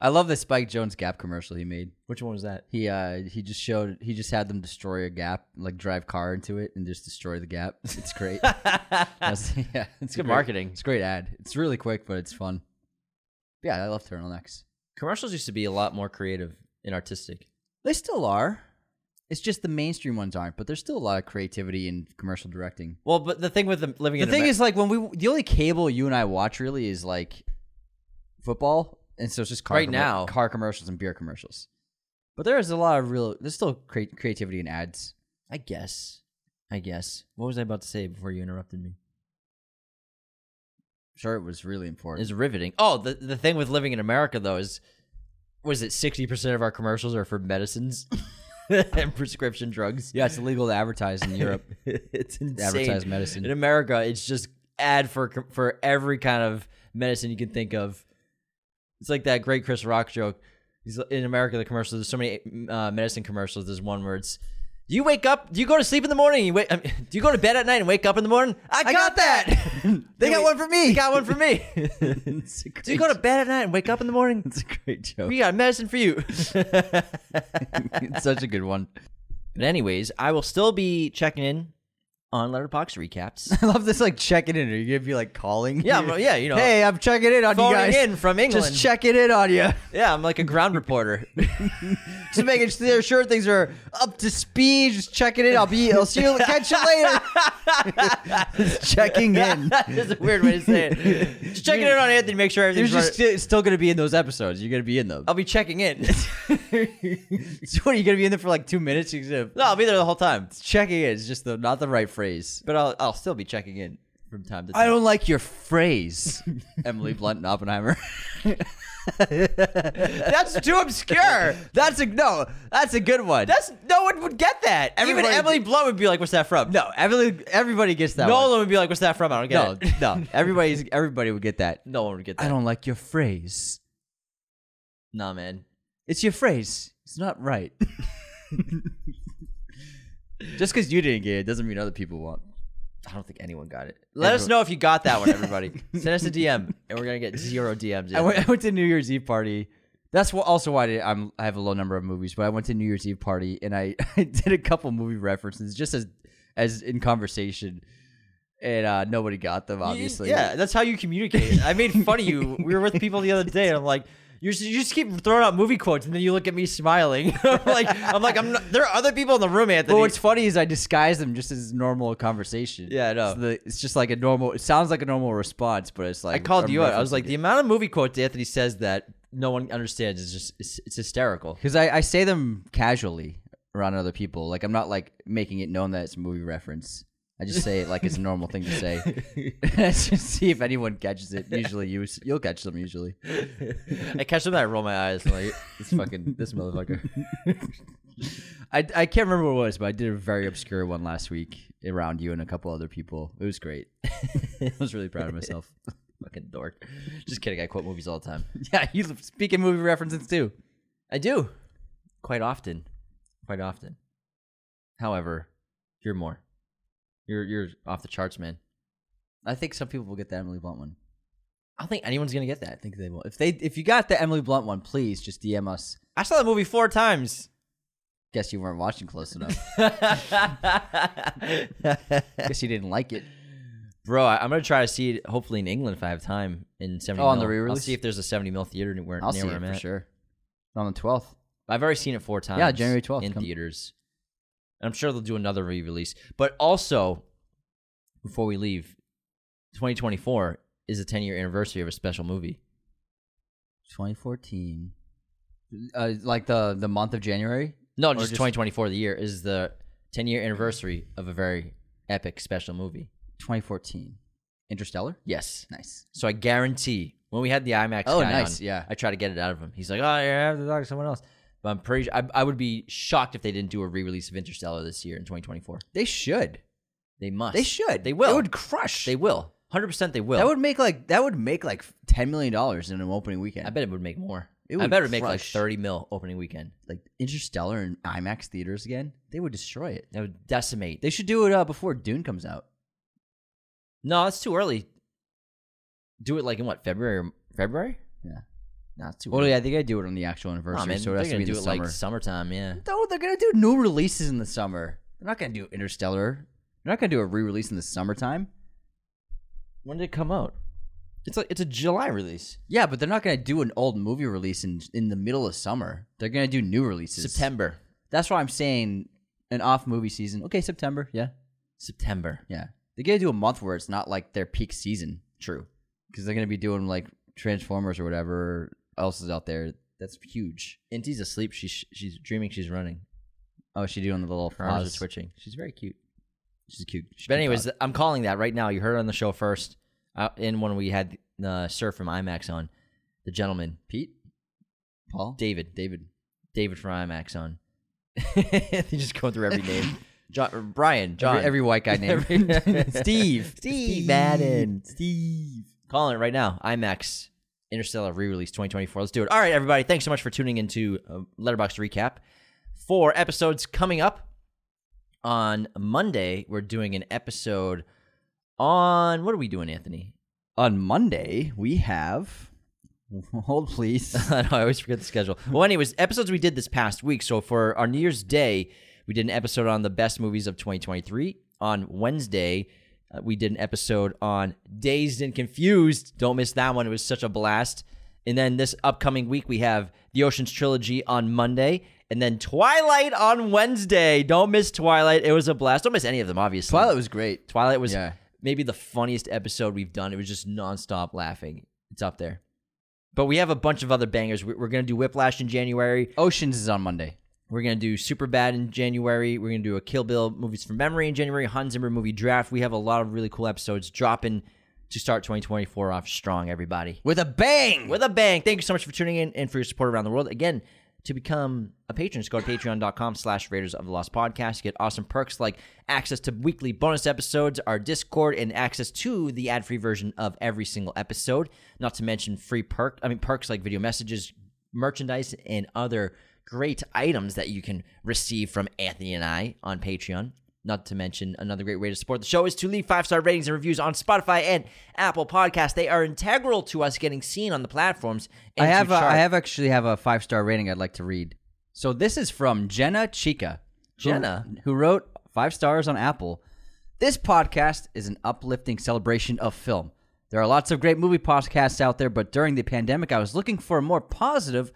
I love this Spike Jones Gap commercial he made.
Which one was that?
He uh he just showed he just had them destroy a gap, like drive car into it and just destroy the gap. It's great. That's- yeah, it's
good
great-
marketing.
It's a great ad. It's really quick, but it's fun. Yeah, I love turtlenecks.
Commercials used to be a lot more creative and artistic.
They still are. It's just the mainstream ones aren't, but there's still a lot of creativity in commercial directing.
Well, but the thing with the living
The
in
thing
Amer-
is, like when we the only cable you and I watch really is like football, and so it's just car
Right
commer-
now.
car commercials and beer commercials. But there is a lot of real. There's still cre- creativity in ads.
I guess. I guess. What was I about to say before you interrupted me?
sure it was really important.
It's riveting. Oh, the the thing with living in America though is was it sixty percent of our commercials are for medicines and prescription drugs?
yeah, it's illegal to advertise in Europe.
it's insane.
advertise medicine.
in America. It's just ad for com- for every kind of medicine you can think of. It's like that great Chris Rock joke. He's in America. The commercials. There's so many uh, medicine commercials. There's one where it's. Do you wake up? Do you go to sleep in the morning? You wait. I mean, do you go to bed at night and wake up in the morning? I, got, that.
they got
we-
one for me.
They got one for me. do
It's a great,
you go to bed at night and wake up in the morning?
It's a great joke.
We got medicine for you.
it's such a good one.
but anyways, I will still be checking in on Letterbox recaps.
I love this. Like checking in. Are you gonna be like calling?
Yeah, well, yeah, you know.
Hey, I'm checking in on you
Phoning
guys.
in from England.
Just checking in on you.
yeah, I'm like a ground reporter.
Just making sure- sure things are up to speed. Just checking in. I'll be. I'll see you. Catch you later. Just checking in.
That's a weird way to say it. Just checking in on Anthony, make sure
You're
everything's
just
right.
sti- still gonna be in those episodes. You're gonna be in them.
I'll be checking in.
So what are you gonna be in there for like two minutes? You're gonna-
no, I'll be there the whole time.
checking in is just the not the right phrase.
But I'll I'll still be checking in from time to time.
I don't like your phrase, Emily Blunt and Oppenheimer.
That's too obscure.
that's a no. That's a good one.
That's no one would get that.
Everybody-
Even Emily Blunt would be like, "What's that from?"
no. Everybody, everybody gets that.
Nolan
one.
would be like, "What's that from?" I don't
no,
get it.
no. Everybody's everybody would get that.
No one would get that.
I don't like your phrase.
Nah, man.
It's your phrase. It's not right. Just because you didn't get it doesn't mean other people won't.
I don't think anyone got it. Let us
Everyone-
know if you got that one, everybody. Send us a DM, and we're gonna get zero DMs.
I went, I went to a New Year's Eve party. That's wh- also why I, did- I'm, I have a low number of movies. But I went to a New Year's Eve party and I, I did a couple movie references just as as in conversation, and uh, nobody got them. Obviously,
yeah, that's how you communicate. I made fun of you. We were with people the other day, and I'm like. You just, you just keep throwing out movie quotes, and then you look at me smiling. I'm like, I'm like, I'm. Not, there are other people in the room, Anthony.
But what's funny is I disguise them just as normal conversation.
Yeah, I know.
So the- it's just like a normal. It sounds like a normal response, but it's like
I called
I'm
you out. I was
referencing
like,
it.
the amount of movie quotes Anthony says that no one understands is just it's, it's hysterical.
Because I, I say them casually around other people. Like I'm not like making it known that it's a movie reference. I just say it like it's a normal thing to say. And I just see if anyone catches it. Usually you s- you'll catch them usually.
I catch them and I roll my eyes. I'm like, this fucking this motherfucker.
I, I can't remember what it was, but I did a very obscure one last week around you and a couple other people. It was great. I was really proud of myself.
fucking dork. Just kidding. I quote movies all the time.
yeah, you speaking movie references too.
I do. Quite often. Quite often. However, you're more. You're you're off the charts, man.
I think some people will get the Emily Blunt one.
I don't think anyone's gonna get that.
I think they will. If they if you got the Emily Blunt one, please just DM us.
I saw that movie four times.
Guess you weren't watching close enough.
Bro,
Guess you didn't like it.
I, am gonna try to see it hopefully in England if I have time in 70
Oh, on
mil.
the re-release?
I'll see if there's a 70 mil theater anywhere
I'll
near
see it
where I'm
for
at.
sure. On the twelfth.
I've already seen it four times.
January 12th,
in
come-
theaters. And I'm sure they'll do another re-release. But also, before we leave, 2024 is the 10 year anniversary of a special movie.
2014. Uh, like the the month of January.
No,
Or
just,
just-
2024. The year is the 10 year anniversary of a very epic special movie.
2014. Interstellar.
Yes.
Nice.
So I guarantee when we had the IMAX.
Oh,
guy
nice,
on,
yeah.
I try to get it out of him. He's like, "Oh, yeah, I have to talk to someone else." But I'm pretty. Sure, I, I would be shocked if they didn't do a re-release of Interstellar this year in 2024.
They should.
They must.
They should.
They will.
It would crush.
They will. 100% they will.
That would make like that would make like 10 million dollars in an opening weekend.
I bet it would make more.
It
I
would
bet it would make like
crush.
30 mil opening weekend.
like Interstellar and IMAX theaters again. They would destroy it.
That would decimate.
They should do it uh, before Dune comes out.
no, it's too early. Do it like in what, February? or- February?
Yeah.
Not too
Well,
early.
yeah, I think I do it on the actual anniversary,
Nah, man,
so
they're
it has to
gonna
be in
do
the
it
summer.
like summertime, yeah.
no, they're gonna do new releases in the summer. They're not gonna do Interstellar. They're not gonna do a re-release in the summertime.
When did it come out? It's like it's a July release.
Yeah, but they're not gonna do an old movie release in in the middle of summer. They're gonna do new releases.
September.
That's why I'm saying an off movie season. Okay, September. Yeah,
September.
yeah. They gotta do a month where it's not like their peak season. True, because they're gonna be doing like Transformers or whatever else is out there. That's huge.
Inti's asleep. She's she's dreaming she's running.
Oh, she doing the little
Her arms
pause.
are twitching. She's very cute.
She's cute. She
But
can
anyways,
talk.
I'm calling that right now. You heard it on the show first. Uh, in when we had uh, Sir from IMAX on, the gentleman
Pete, Paul,
David,
David.
David from IMAX on. they just go through every name. John, or Brian, John,
Every, every white guy named
Every-
Steve.
Steve Madden.
Steve.
calling it right now. IMAX Interstellar re-release 2024. Let's do it. All right, everybody. Thanks so much for tuning into uh, Letterbox Recap. Four episodes coming up on Monday. We're doing an episode on what are we doing, Anthony?
On Monday we have. Hold please.
I know, I always forget the schedule. Well, anyways, episodes we did this past week. So for our New Year's Day, we did an episode on the best movies of 2023. On Wednesday, uh, we did an episode on Dazed and Confused. Don't miss that one. It was such a blast. And then this upcoming week, we have The Ocean's Trilogy on Monday. And then Twilight on Wednesday. Don't miss Twilight. It was a blast. Don't miss any of them, obviously.
Twilight was great.
Twilight was
Yeah.
maybe the funniest episode we've done. It was just nonstop laughing. It's up there. But we have a bunch of other bangers. We- We're going to do Whiplash in January.
Oceans is on Monday.
We're going to do Super Bad in January. We're going to do a Kill Bill Movies from Memory in January, Hans Zimmer movie draft. We have a lot of really cool episodes dropping to start 2024 off strong, everybody.
With a bang.
With a bang. Thank you so much for tuning in and for your support around the world. Again, to become a patron, just go to patreon.com slash Raiders of the Lost Podcast. You get awesome perks like access to weekly bonus episodes, our Discord, and access to the ad-free version of every single episode. Not to mention free perk, I mean perks like video messages, merchandise, and other great items that you can receive from Anthony and I on Patreon. Not to mention, another great way to support the show is to leave five star ratings and reviews on Spotify and Apple Podcasts. They are integral to us getting seen on the platforms.
I
And to
have a,
chart-
I have actually have a five star rating I'd like to read. So this is from Jenna Chica. who-
Jenna?
who, wrote five stars on Apple. This podcast is an uplifting celebration of film. There are lots of great movie podcasts out there, but during the pandemic, I was looking for a more positive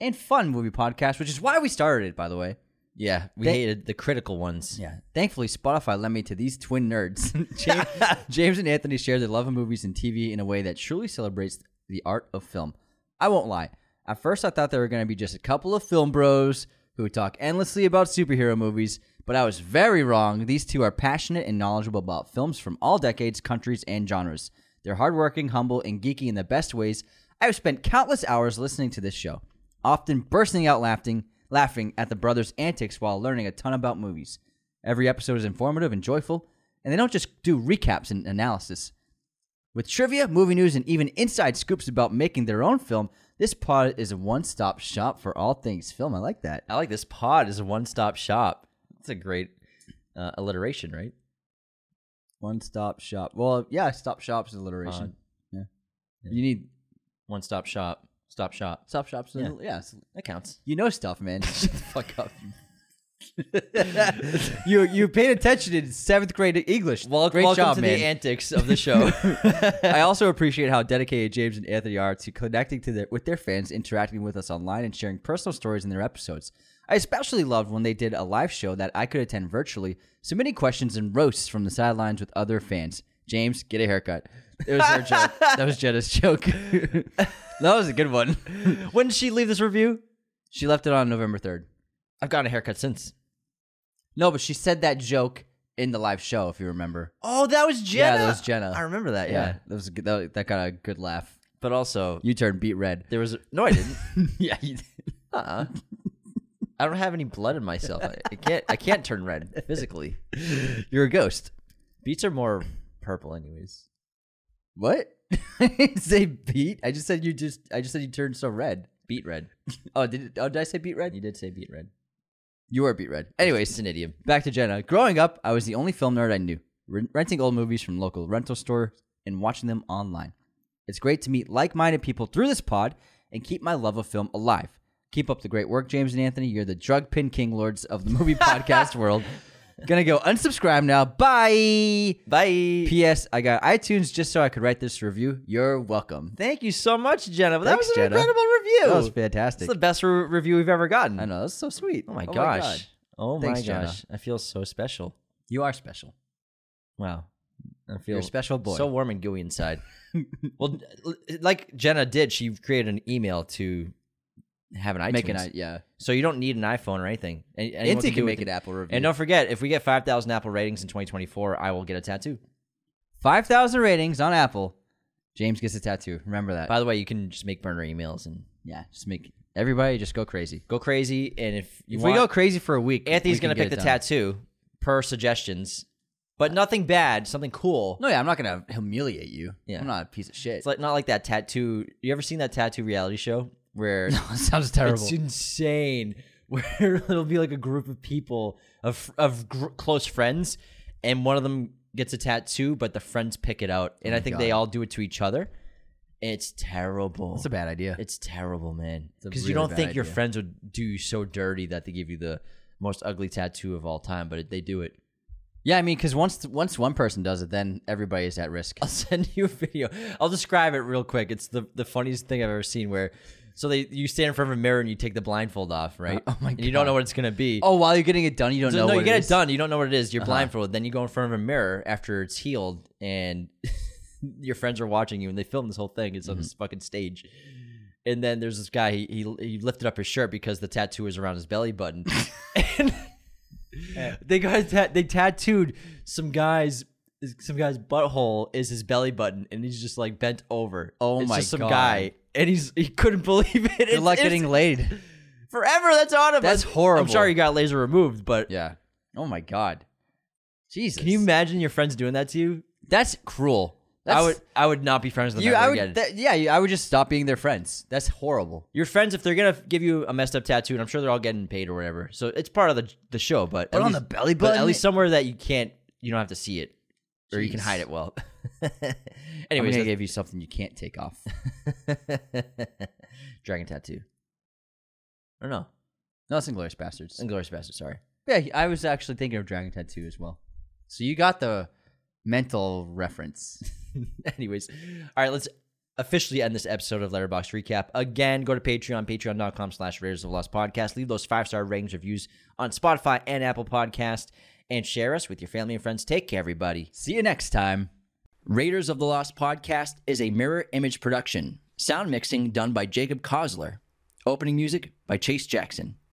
and fun movie podcast, which is why we started it, by the way.
Yeah, we
They-
hated the critical ones.
Yeah. Thankfully, Spotify led me to these twin nerds. James, James and Anthony share their love of movies and TV in a way that truly celebrates the art of film. I won't lie. At first, I thought they were going to be just a couple of film bros who would talk endlessly about superhero movies, but I was very wrong. These two are passionate and knowledgeable about films from all decades, countries, and genres. They're hardworking, humble, and geeky in the best ways. I have spent countless hours listening to this show, often bursting out laughing, laughing at the brothers' antics while learning a ton about movies. Every episode is informative and joyful, and they don't just do recaps and analysis. With trivia, movie news, and even inside scoops about making their own film, This pod is a one stop shop for all things film. I like that.
I like this pod is a one stop shop. That's a great uh, alliteration, right?
One stop shop. Well, yeah, stop shops is alliteration. yeah. You need
One stop shop. Stop shop.
stop shops. Yeah. yeah. it's-
That counts.
You know stuff, man.
Fuck up.
you you paid attention in seventh grade English.
Well,
Great
welcome
job,
to
man.
the antics of the show.
I also appreciate how dedicated James and Anthony are to connecting to their, with their fans, interacting with us online, and sharing personal stories in their episodes. I especially loved when they did a live show that I could attend virtually, submitting questions and roasts from the sidelines with other fans. James, get a haircut. It was her joke. That was Jenna's joke. that was a good one.
when did she leave this review?
She left it on November 3rd.
I've gotten a haircut since.
No, but she said that joke in the live show, if you remember.
Oh, that was Jenna.
Yeah, that was Jenna.
I remember that. Yeah.
that was a good, that, that got a good laugh.
But also,
You turned beat red.
there was no. I didn't.
yeah, you did.
Uh-uh. I don't have any blood in myself. I, I can't. I can't turn red physically.
you're a ghost.
Beets are more purple, anyways.
What? I didn't say beat. I just said you just. I just said you turned so red.
Beet red.
Oh, did oh did I say beat red?
You did say beet red.
You were beat red.
Anyways, it's an idiom.
Back to Jenna. Growing up, I was the only film nerd I knew, re- renting old movies from local rental stores and watching them online. It's great to meet like minded people through this pod and keep my love of film alive. Keep up the great work, James and Anthony. You're the drug pin king lords of the movie podcast world. Gonna go unsubscribe now. Bye.
Bye.
P.S. I got iTunes just so I could write this review. You're welcome.
Thank you so much, Jenna. That
Thanks,
was an
Jenna.
incredible review.
That was
It's
fantastic.
the best re- review we've ever gotten.
I know that's so sweet.
Oh my gosh. Oh my
Thanks,
gosh. I feel so special.
you are special.
Wow. I feel
You're a special boy.
So warm and gooey inside. well, l- like Jenna did, she created an email to have an iTunes.
Make an i- yeah.
so you don't need an iPhone or anything. An- anyone
Inti can
do
make an
it.
Apple review.
And don't forget, if we get 5,000 Apple ratings in 2024, I will get a tattoo.
Five thousand ratings on Apple. James gets a tattoo. Remember that.
By the way, you can just make burner emails and
yeah, just make everybody just go crazy.
go crazy. And if you
If
want,
we go crazy for a week,
Anthony's
we can
going to pick
get
the
it done.
tattoo per suggestions, but nothing bad, something cool.
No, yeah, I'm not gonna humiliate you.
Yeah.
I'm not a piece of shit.
It's like not like that tattoo. You ever seen that tattoo reality show where
it sounds terrible.
it's insane? Where it'll be like a group of people of of gr- close friends, and one of them gets a tattoo, but the friends pick it out,
Oh
and I think they all do it to each other. It's terrible.
That's a bad idea.
It's terrible, man.
a
Because
really
you don't
bad
think your
idea.
friends would do you so dirty that they give you the most ugly tattoo of all time, but they do it.
yeah, I mean, because once once one person does it, then everybody is at risk.
I'll send you a video. I'll describe it real quick. It's the the funniest thing I've ever seen. Where so they you stand in front of a mirror and you take the blindfold off, right?
Oh my
And you don't
God.
know what it's gonna be.
Oh, while you're getting it done, you don't
So,
know.
no,
what
you get it,
is. Uh-huh.
done. You don't know what it is. You're blindfolded. Then you go in front of a mirror after it's healed, and your friends are watching you, and they film this whole thing. It's
Mm-hmm.
on this fucking stage. And then there's this guy. He, he he lifted up his shirt because the tattoo was around his belly button. and they got ta- they tattooed some guy's some guy's butthole is his belly button, and he's just like bent over.
Oh
It's
my
just some
God.
guy, and he's he couldn't believe it.
Good
It's-
luck
it's
getting laid.
forever. That's on him.
That's
I'm
horrible.
sorry you got laser removed, but
Yeah. Oh my god. Jesus.
Can you imagine your friends doing that to you?
That's cruel.
I would I would not be friends with them
You,
ever
I
again.
would. That, yeah, you- I would just stop being their friends. That's horrible.
your friends, if they're gonna give you a messed up tattoo, and I'm sure they're all getting paid or whatever, so it's part of the the show. But
But
at
on
least-
the belly
but at
button? eh?
least somewhere that you can't, you don't have to see it, or you can
Jeez.
hide it well.
Anyways,
Anyways,
I'm gonna
that's-
give you something you can't take off.
dragon tattoo. Or no,
no, it's Inglorious Bastards.
Inglorious Bastard. Sorry,
Yeah, he- I was actually thinking of Dragon Tattoo as well. So you got the mental reference.
Anyways, all right, let's officially end this episode of Letterbox Recap. Again, go to Patreon, patreon.com slash Raiders of the Lost Podcast. Leave those five-star ratings reviews on Spotify and Apple Podcast and share us with your family and friends. Take care, everybody.
See you next time.
Raiders of the Lost Podcast is a mirror image production. Sound mixing done by Jacob Kosler. Opening music by Chase Jackson.